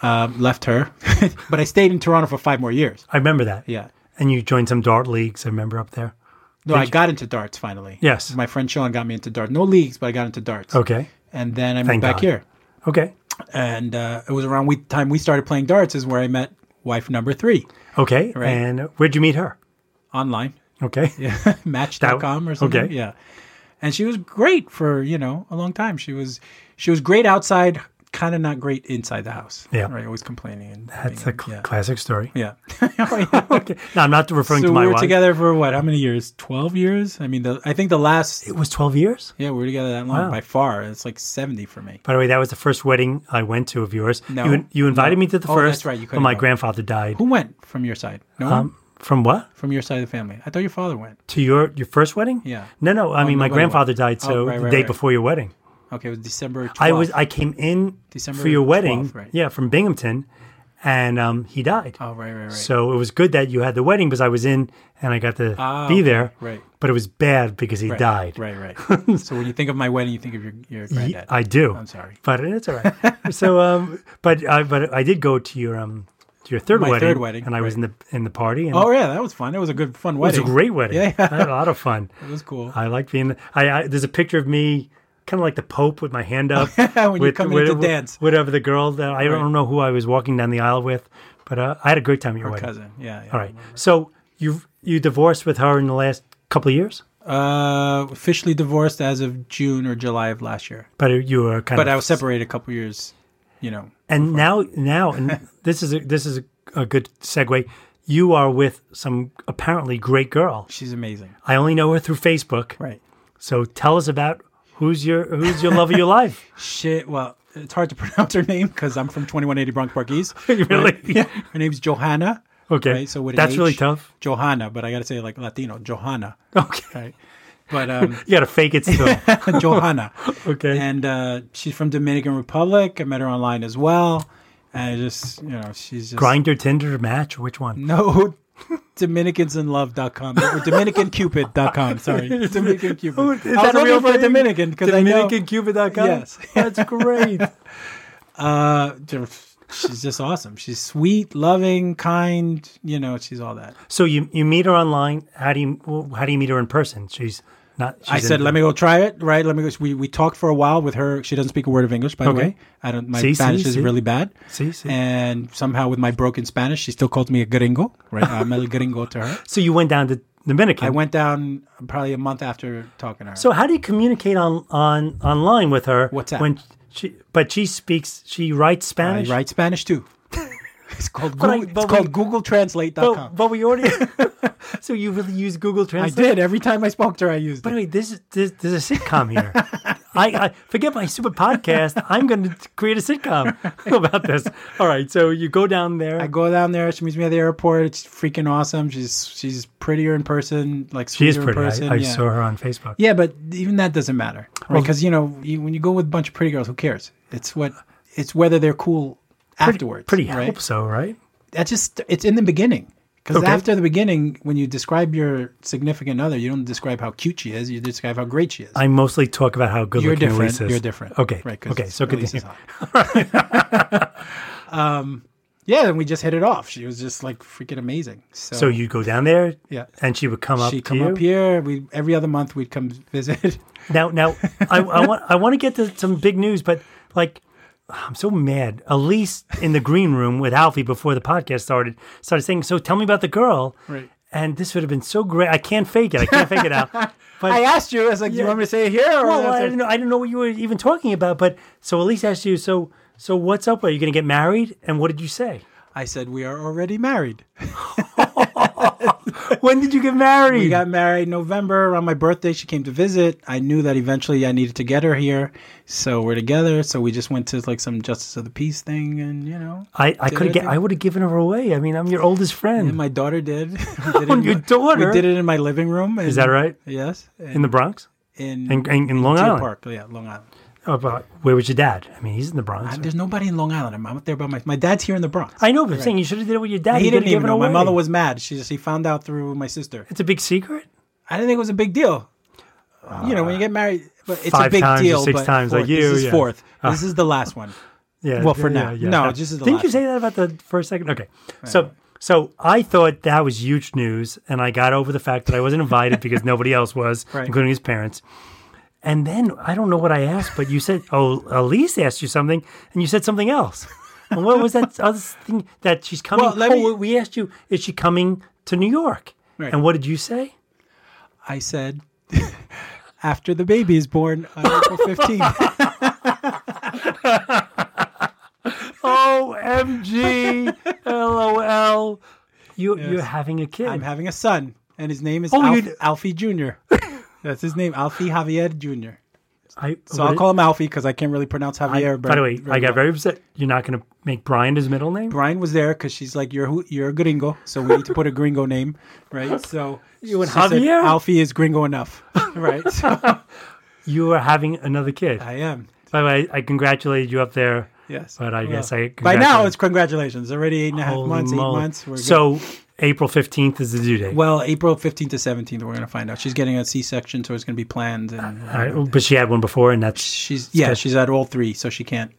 S3: um, left her, [laughs] but I stayed in Toronto for five more years.
S1: I remember that.
S3: Yeah.
S1: And you joined some dart leagues. I remember up there.
S3: No, I got into darts finally.
S1: Yes.
S3: My friend Sean got me into darts. No leagues, but I got into darts.
S1: Okay.
S3: And then I moved
S1: Thank
S3: back
S1: God.
S3: here.
S1: Okay.
S3: and uh, it was around we time we started playing darts is where I met wife number three
S1: Okay.
S3: Right.
S1: And where'd you meet her?
S3: online,
S1: Okay.
S3: [laughs] Match.com or something.
S1: okay.
S3: Yeah, and she was great for you know a long time. She was she was great outside kind of not great inside the house.
S1: Yeah.
S3: Right. Always complaining. And
S1: That's a
S3: being-
S1: cl- classic story.
S3: yeah. [laughs] yeah.
S1: [laughs] Okay. No, I'm not referring
S3: so
S1: to
S3: we
S1: my
S3: were
S1: wife.
S3: together for what? How many years? Twelve years? I mean, the, I think the last.
S1: It was 12 years.
S3: Yeah, we were together that long
S1: Wow.
S3: by far. It's like seventy for me.
S1: By the way, that was the first wedding I went to of yours.
S3: No.
S1: You, you invited
S3: No.
S1: me to the
S3: Oh, that's
S1: first.
S3: right, you
S1: but
S3: couldn't
S1: my
S3: go.
S1: grandfather died.
S3: Who went from your side? No one
S1: Um, from what?
S3: from your side of the family. I thought your father went.
S1: To your your first wedding?
S3: Yeah. Oh,
S1: No, no. I mean, my
S3: nobody
S1: grandfather
S3: went.
S1: died,
S3: Oh,
S1: so
S3: right,
S1: the
S3: right,
S1: day
S3: right.
S1: before your wedding.
S3: Okay, it was December. 12th.
S1: I was I came in
S3: December
S1: for your wedding.
S3: 12th, right.
S1: Yeah, from Binghamton, and um, he died.
S3: Oh right, right, right.
S1: So it was good that you had the wedding because I was in and I got to
S3: Ah,
S1: be
S3: okay,
S1: there.
S3: right.
S1: But it was bad because he
S3: right,
S1: died.
S3: Right,
S1: [laughs]
S3: right. so when you think of my wedding, you think of your your
S1: Ye-
S3: granddad.
S1: I do.
S3: I'm sorry.
S1: but it's all right.
S3: [laughs]
S1: so, um, but I but I did go to your um to your third
S3: My
S1: wedding.
S3: third wedding,
S1: and I was in the in the party. And
S3: oh yeah, that was fun. That was a good fun
S1: it was
S3: wedding.
S1: a great wedding.
S3: Yeah,
S1: [laughs] I had a lot of fun.
S3: [laughs] It was cool.
S1: I liked being. I, I there's a picture of me, kind of like the Pope with my hand up
S3: [laughs] When you come in to dance.
S1: Whatever the girl that I
S3: Right.
S1: don't know who I was walking down the aisle with, but uh, I had a great time at your wedding.
S3: Cousin. Yeah. yeah.
S1: All right. So you you divorced with her in the last couple of years,
S3: Uh, officially divorced as of June or July of last year,
S1: but you were kind
S3: but
S1: of.
S3: I was separated a couple years. You know.
S1: And now
S3: [laughs]
S1: now and this is a, this is a, a good segue. You are with some apparently great girl.
S3: She's amazing.
S1: I only know her through Facebook.
S3: Right.
S1: So tell us about who's your who's your love of
S3: [laughs]
S1: your life.
S3: Shit. Well, it's hard to [laughs] pronounce her name because I'm from 2180 Bronx Park East.
S1: [laughs] Really?
S3: Yeah. Her name's Johanna.
S1: Okay.
S3: Right. So with an
S1: that's really
S3: H,
S1: tough. [laughs]
S3: Johanna, but I gotta say it like Latino, Johanna.
S1: Okay.
S3: Right. But
S1: [laughs]
S3: um,
S1: You got to fake it still.
S3: [laughs] Johanna.
S1: Okay.
S3: And uh, she's from Dominican Republic. I met her online as well. And I just, you know, she's just
S1: Grinder, Tinder, Match, which one?
S3: [laughs] no Dominicansinlove.com or DominicanCupid.com. [laughs] Sorry, Dominican Cupid. I was looking for a Dominican because I know.
S1: DominicanCupid.com?
S3: Yes. [laughs]
S1: That's great.
S3: Uh, she's just awesome. She's sweet, loving, kind. You know, she's all that.
S1: so you you meet her online. How do you well, how do you meet her in person? She's not. She's
S3: I said,
S1: in- [laughs]
S3: let me go try it. Right? Let me go. We, we talked for a while with her. She doesn't speak a word of English, by the
S1: Okay.
S3: way. I don't. My
S1: Si, si,
S3: Spanish is
S1: si.
S3: really bad.
S1: Si, si.
S3: And somehow, with my broken Spanish, she still calls me a gringo. Right? I'm a gringo to her.
S1: So you went down to Dominican.
S3: I went down probably a month after talking to her.
S1: So how do you communicate on on online with her?
S3: WhatsApp.
S1: When she but she speaks. She writes
S3: I
S1: Spanish.
S3: write Spanish
S1: [laughs]
S3: too. It's called
S1: But I-
S3: Google,
S1: but
S3: it's called
S1: we- But,
S3: GoogleTranslate.com.
S1: but we
S3: [laughs]
S1: already. [laughs] so you really use Google
S3: I
S1: Translate.
S3: did every time I spoke to her. I used
S1: By the
S3: it.
S1: way, this is this, there's a sitcom here. I, I forget my stupid podcast. I'm going to create a sitcom [laughs] about this. All right, so you go down there.
S3: I go down there. She meets me at the airport. It's freaking awesome. She's she's prettier in person. Like
S1: she is
S3: sweeter
S1: pretty.
S3: In person.
S1: I, I
S3: yeah.
S1: saw her on Facebook.
S3: Yeah, but even that doesn't matter, right? Because you know, you, when you go with a bunch of pretty girls, who cares? It's what it's whether they're cool afterwards.
S1: pretty
S3: right?
S1: hope so, right?
S3: That just it's in the beginning. Because
S1: Okay.
S3: after the beginning, when you describe your significant other, you don't describe how cute she is. You describe how great she is.
S1: I mostly talk about how good
S3: You're
S1: looking Elise is.
S3: different. You're different.
S1: Okay.
S3: Right. 'cause
S1: Okay. So
S3: Elise
S1: continue.
S3: is hot. [laughs] um, yeah, and we just hit it off. She was just like freaking amazing. So,
S1: So you go down there,
S3: Yeah.
S1: and she would come up. to
S3: she come
S1: you.
S3: up here. We every other month we'd come visit.
S1: Now, now, I, I want I want to get to some big news, but like, I'm so mad. Elise in the green room with Alfie before the podcast started started saying, "So tell me about the girl."
S3: Right.
S1: And this would have been so great. I can't fake it. I can't fake it out. But
S3: [laughs] I asked you. I was like, "Do you
S1: Yeah.
S3: want me to say it here?" Or
S1: well, I
S3: after-
S1: didn't know. I didn't know what you were even talking about. But so Elise asked you, "So, so what's up? Are you going to get married?" And what did you say?
S3: I said we are already married.
S1: When did you get married?
S3: We got married November around my birthday. She came to visit. I knew that eventually I needed to get her here, so we're together. So we just went to like some justice of the peace thing, and you know,
S1: I, I
S3: did
S1: could have get.
S3: everything.
S1: I would have given her away. I mean, I'm your oldest
S3: And
S1: friend
S3: my daughter did. [laughs]
S1: [laughs]
S3: We did it in
S1: your
S3: my-
S1: daughter?
S3: We did it in my living room.
S1: Is that right?
S3: Yes.
S1: in the Bronx,
S3: in,
S1: in, in, in Long
S3: Deer
S1: Island.
S3: Park. Yeah, Long Island.
S1: Oh, but where was your dad? I mean, he's in the Bronx.
S3: I, there's nobody in Long Island. I'm out there by my. My dad's here in the Bronx.
S1: I know, but I'm saying you should have did it with your dad.
S3: he
S1: You
S3: didn't
S1: could've
S3: even
S1: given
S3: know. My
S1: away.
S3: mother was mad. She she found out through my sister.
S1: It's a big secret.
S3: I didn't think it was a big deal. you know, when you get married, but it's
S1: Uh, five
S3: a big
S1: times or
S3: deal.
S1: six
S3: but
S1: times,
S3: fourth,
S1: like you,
S3: this is
S1: yeah. Uh.
S3: fourth. This is the last one.
S1: Yeah.
S3: Well, for
S1: yeah,
S3: now.
S1: yeah.
S3: No, just as the
S1: Didn't you
S3: last
S1: say that about the first second? Okay. So, so I thought that was huge news, and I got over the fact that I wasn't invited
S3: [laughs]
S1: because nobody else was,
S3: Right.
S1: including his parents. And then I don't know what I asked, but you said, "Oh, Elise asked you something," and you said something else. And what was that other thing that she's coming?
S3: Well, let
S1: oh,
S3: me-
S1: we asked you, is she coming to New York?
S3: Right.
S1: And what did you say?
S3: I said [laughs]
S1: [laughs]
S3: after the baby is born on April 15th.
S1: OMG, LOL. You, You're having a kid.
S3: I'm having a son, and his name is
S1: Oh,
S3: Alf-
S1: you-
S3: Alfie Jr. That's his name, Alfie Javier Jr.
S1: I,
S3: So I'll call him Alfie because I can't really pronounce Javier.
S1: By the way, I got
S3: well.
S1: very upset. You're not going to make Brian his middle name?
S3: Brian was there because she's like, "You're who- you're a gringo, so we need to put a gringo name, right?"
S1: [laughs]
S3: So you
S1: and Javier?
S3: Alfie is gringo enough, right?
S1: [laughs]
S3: So
S1: You are having another kid.
S3: I am.
S1: By the way, I congratulate you up there.
S3: Yes,
S1: But I guess I
S3: by now
S1: congratulate-
S3: it's congratulations. Already eight and a half
S1: Holy
S3: months,
S1: moly.
S3: eight months. We're good.
S1: so April 15th is the due date.
S3: well, April fifteenth to seventeenth, we're gonna find out. She's getting a C-section, so it's gonna be planned. And
S1: All right, but she had one before, and that's,
S3: she's yeah,
S1: good.
S3: she's at all three, so she can't.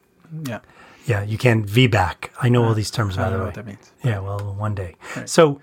S3: Yeah,
S1: yeah, you can't VBAC. I know all these terms, by
S3: Uh, I don't
S1: the
S3: know
S1: way.
S3: what that means.
S1: Yeah, well, one day. So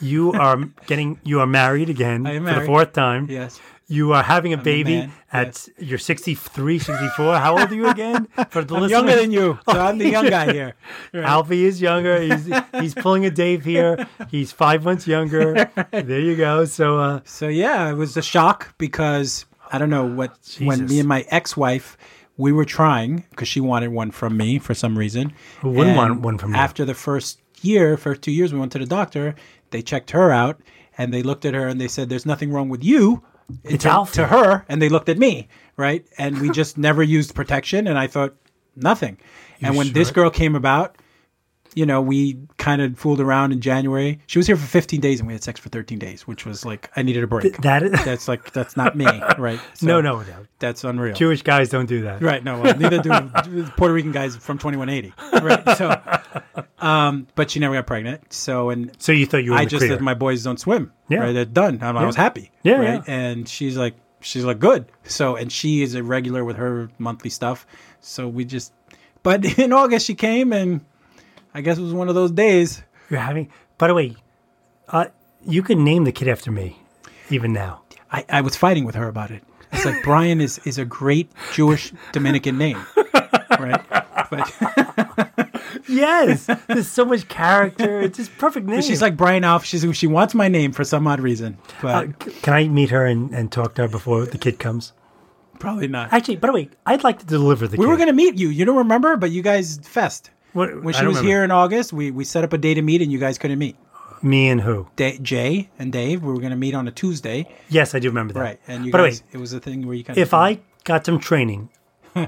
S1: you are getting, you are married again
S3: am
S1: for the
S3: married.
S1: fourth time.
S3: Yes,
S1: You are having a baby
S3: man,
S1: at you're 63, 64. How old are you
S3: [laughs]
S1: again? For the
S3: I'm younger than you, so I'm the young guy here.
S1: [laughs] Alfie is younger. He's he's pulling a Dave here. He's five months
S3: [laughs]
S1: younger. There you go. So uh,
S3: So yeah, it was a shock because I don't know what when
S1: Jesus.
S3: me and my ex-wife we were trying because she wanted one from me for some reason. Who
S1: wouldn't want one from you?
S3: After the first year, first two years, we went to the doctor. They checked her out and they looked at her and they said, "There's nothing wrong with you." It's
S1: Alfie.
S3: to her, and they looked at me, right? And
S1: [laughs]
S3: we just never used protection, and I thought nothing. and when this girl came about, you know, we kind of fooled around in January. She was here for 15 days and we had sex for 13 days, which was like, I needed a break.
S1: that is
S3: that's like, that's not me, right? So
S1: no, no, no.
S3: That's unreal.
S1: [laughs] Jewish guys don't do that.
S3: Right. No, well, neither do [laughs] Puerto Rican guys from 2180. Right. So, um, but she never got pregnant. So, and
S1: So you thought you were
S3: I
S1: in the
S3: just
S1: clear.
S3: said my boys don't swim.
S1: Yeah.
S3: Right. They're done. I'm, I was happy.
S1: Yeah,
S3: Right.
S1: yeah.
S3: And she's like, she's like, good. So, and she is a regular with her monthly stuff. So we just, but [laughs] in August she came and I guess it was one of those days.
S1: You're having. By the way, uh, you can name the kid after me, even now.
S3: I, I was fighting with her about it. It's like Brian is, is a great Jewish Dominican name, [laughs] right? But
S1: Yes, there's so much character. It's his perfect name.
S3: she's like Brian Alf. She's she wants my name for some odd reason,
S1: Uh,
S3: but
S1: c- can I meet her and, and talk to her before the kid comes?
S3: probably not.
S1: Actually, by the way, I'd like to deliver the
S3: we
S1: kid.
S3: were gonna meet you. You don't remember, but you guys fest
S1: What-
S3: when
S1: I
S3: she
S1: don't
S3: was
S1: remember.
S3: here in August. We we set up a day to meet, and you guys couldn't meet.
S1: Me and who?
S3: Da- Jay and Dave, we were gonna meet on a Tuesday,
S1: Yes, I do remember that.
S3: right? And you
S1: by the way,
S3: guys, it was a thing where you kind
S1: if I got some
S3: [laughs]
S1: training,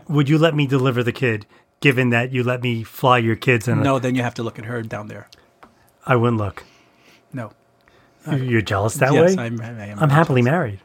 S1: would you let me deliver the kid? Given that you let me fly your kids, and
S3: no, then you have to look at her down there.
S1: I wouldn't look.
S3: No,
S1: You're jealous that
S3: yes,
S1: way.
S3: I'm, I am.
S1: I'm happily married,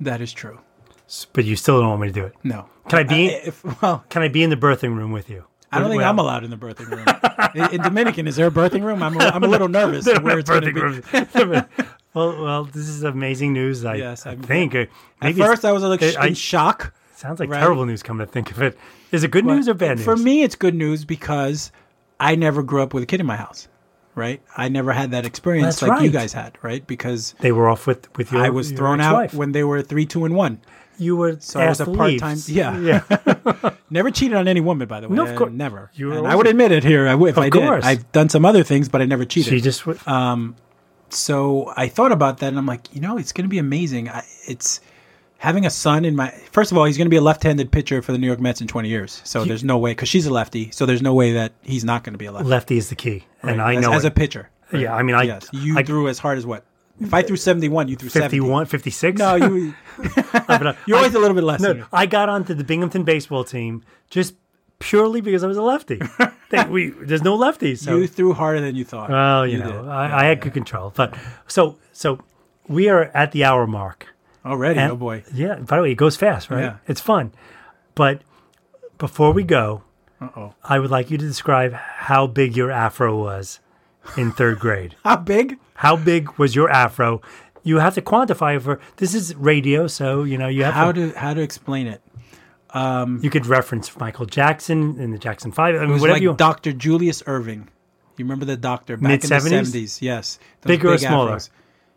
S3: That is true.
S1: S- but you still don't want me to do it.
S3: No,
S1: Can I be-
S3: if, well,
S1: Can I be in the birthing room with you?
S3: Uh, I don't think
S1: Well, [laughs]
S3: I'm allowed in the birthing room. In- in Dominican, is there a birthing room? I'm a, I'm a
S1: [laughs]
S3: little nervous.
S1: they
S3: of
S1: don't
S3: where
S1: have
S3: it's gonna be.
S1: birthing rooms. [laughs] well, well, this is amazing news. I,
S3: Yes,
S1: I
S3: I'm-
S1: think. Uh,
S3: At
S1: Maybe it's-
S3: first, I was like sh-
S1: it- I-
S3: in shock.
S1: sounds like
S3: right?
S1: terrible news. Coming to think of it, is it good news or bad news?
S3: For me, it's good news because I never grew up with a kid in my house, right? I never had that experience
S1: That's
S3: like you
S1: right.
S3: guys had, right? Because
S1: they were off with with your.
S3: I was
S1: your
S3: thrown out
S1: ex-wife.
S3: when they were three, two, and one.
S1: you were.
S3: So I was
S1: asked
S3: a
S1: to
S3: part
S1: leave.
S3: time. [laughs] Yeah.
S1: yeah.
S3: Never cheated on any woman, by the way.
S1: No, of
S3: Uh,
S1: course.
S3: Never.
S1: You were
S3: And I
S1: always-
S3: would admit it here I w- if I did.
S1: course.
S3: I've done some other things, but I never
S1: [laughs]
S3: cheated.
S1: She just w-
S3: Uh, so I thought about that, and I'm like, you know, it's going to be amazing. I, it's having a son in my. First of all, he's going to be a left-handed pitcher for the New York Mets in 20 years. So there's no way because she's a lefty. So there's no way that he's not going to be a lefty.
S1: lefty is the key, and
S3: Right.
S1: I
S3: as,
S1: know
S3: as
S1: it.
S3: a pitcher.
S1: Yeah, I mean, I
S3: yes, you
S1: I,
S3: threw as hard as what? If I threw 71, you threw
S1: 51,
S3: 71.
S1: 56.
S3: No,
S1: [laughs]
S3: [laughs] you. You're always a little bit less. than me.
S1: uh, No, I got onto the Binghamton baseball team just purely because I was a
S3: [laughs]
S1: lefty. They- we, there's no lefties. So.
S3: You threw harder than you thought.
S1: well, you, know, uh,
S3: did.
S1: I, I had good control. But so, so we are at the hour mark.
S3: Already,
S1: And-
S3: oh boy.
S1: Yeah. By the way, it goes fast, right?
S3: Yeah.
S1: It's fun. But before we go,
S3: Uh-oh.
S1: I would like you to describe how big your afro was in third grade.
S3: How big?
S1: How big was your afro? You have to quantify it for this is radio, so you know you have
S3: How
S1: to,
S3: to how to explain it?
S1: you could reference Michael Jackson and the Jackson Five. I mean,
S3: It was
S1: whatever
S3: like
S1: you
S3: Dr. Julius Irving. You remember the doctor back in
S1: Mid-seventies?
S3: the 70s? Yes. Those
S1: Bigger or smaller?
S3: afros.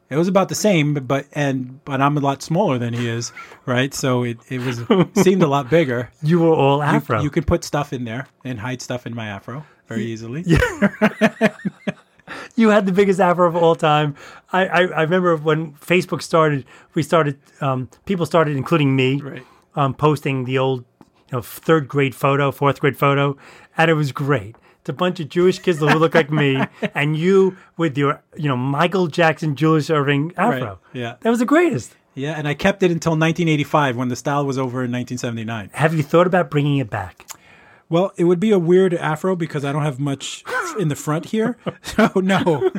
S3: It was about the same, but and but I'm a lot smaller than he is, right? So it, it was
S1: [laughs]
S3: seemed a lot bigger.
S1: you were all afro.
S3: You could put stuff in there and hide stuff in my afro very easily.
S1: You had the biggest afro of all time. I, I, I remember when Facebook started, we started, um, people started, including me,
S3: Right.
S1: um, posting the old you know, third grade photo, fourth grade photo, and it was great. to a bunch of Jewish kids who look like
S3: [laughs]
S1: me, and you with your, you know, Michael Jackson, Julius Irving afro.
S3: Right, yeah.
S1: That was the greatest.
S3: Yeah, and I kept it until 1985 when the style was over in 1979.
S1: Have you thought about bringing it back?
S3: Well, it would be a weird afro because I don't have much in the front [laughs] here. So [laughs] no,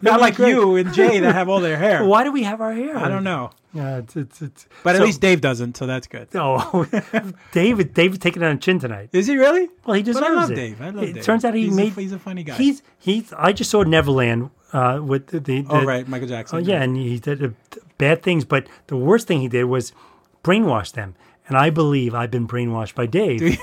S3: not like you and Jay that have all their [laughs] hair.
S1: Why do we have our hair?
S3: I don't know,
S1: Yeah, it's, it's, it's,
S3: but
S1: so-
S3: at least Dave doesn't, so that's good.
S1: [laughs] Oh, [laughs] David! David taking it on the chin tonight.
S3: Is he really?
S1: Well, he deserves
S3: But I love
S1: it.
S3: Dave. I love
S1: it
S3: Dave.
S1: turns out he
S3: He's a-
S1: made.
S3: he's a funny guy.
S1: He's he's. I just saw Neverland uh, with the. the
S3: Oh right, Michael Jackson.
S1: Oh yeah, and he did uh, bad things, but the worst thing he did was brainwash them. And I believe I've been brainwashed by
S3: [laughs]
S1: Dave.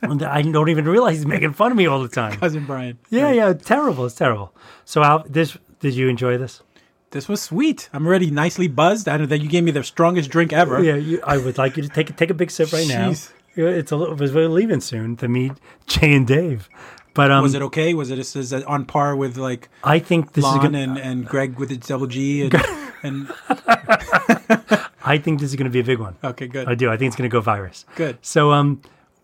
S1: And I don't even realize he's making fun of me all the time.
S3: cousin Brian.
S1: Yeah, yeah, terrible. It's terrible. So, Al, this did you enjoy this?
S3: This was sweet. I'm already nicely buzzed. I know that you gave me the strongest drink ever.
S1: Yeah, you, I would like you to take take a big sip right now.
S3: Jeez.
S1: Yeah, It's a little. We're leaving soon to meet Jay and Dave, but um,
S3: Was it okay? Was it just is it on par with like
S1: I think this is
S3: Lon
S1: gonna.
S3: and, and Greg with the double G [laughs] and, and
S1: I think this is gonna be a big one.
S3: okay, good.
S1: I do. I think it's gonna go virus.
S3: Good.
S1: So um,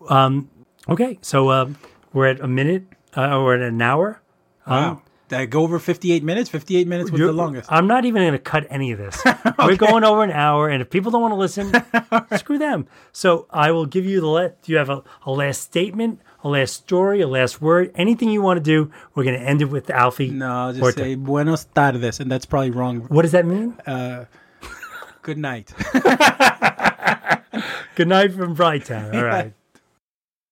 S1: um, okay. So um, we're at a minute. Uh, we're at an hour.
S3: Wow. Did I go over 58 minutes? 58 minutes was the
S1: You're-
S3: longest.
S1: I'm not even going to cut any of
S3: [laughs]
S1: this. We're going over an hour, and if people don't want to listen, screw them. So I will give you the let. Do you have a, a last statement, a last story, a last word, anything you want to do? We're going to end it with Alfie.
S3: No, I'll just
S1: Horta.
S3: say Uh, buenos tardes, and that's probably wrong.
S1: What does that mean?
S3: Good night. [laughs]
S1: Good night from Brighton. All right.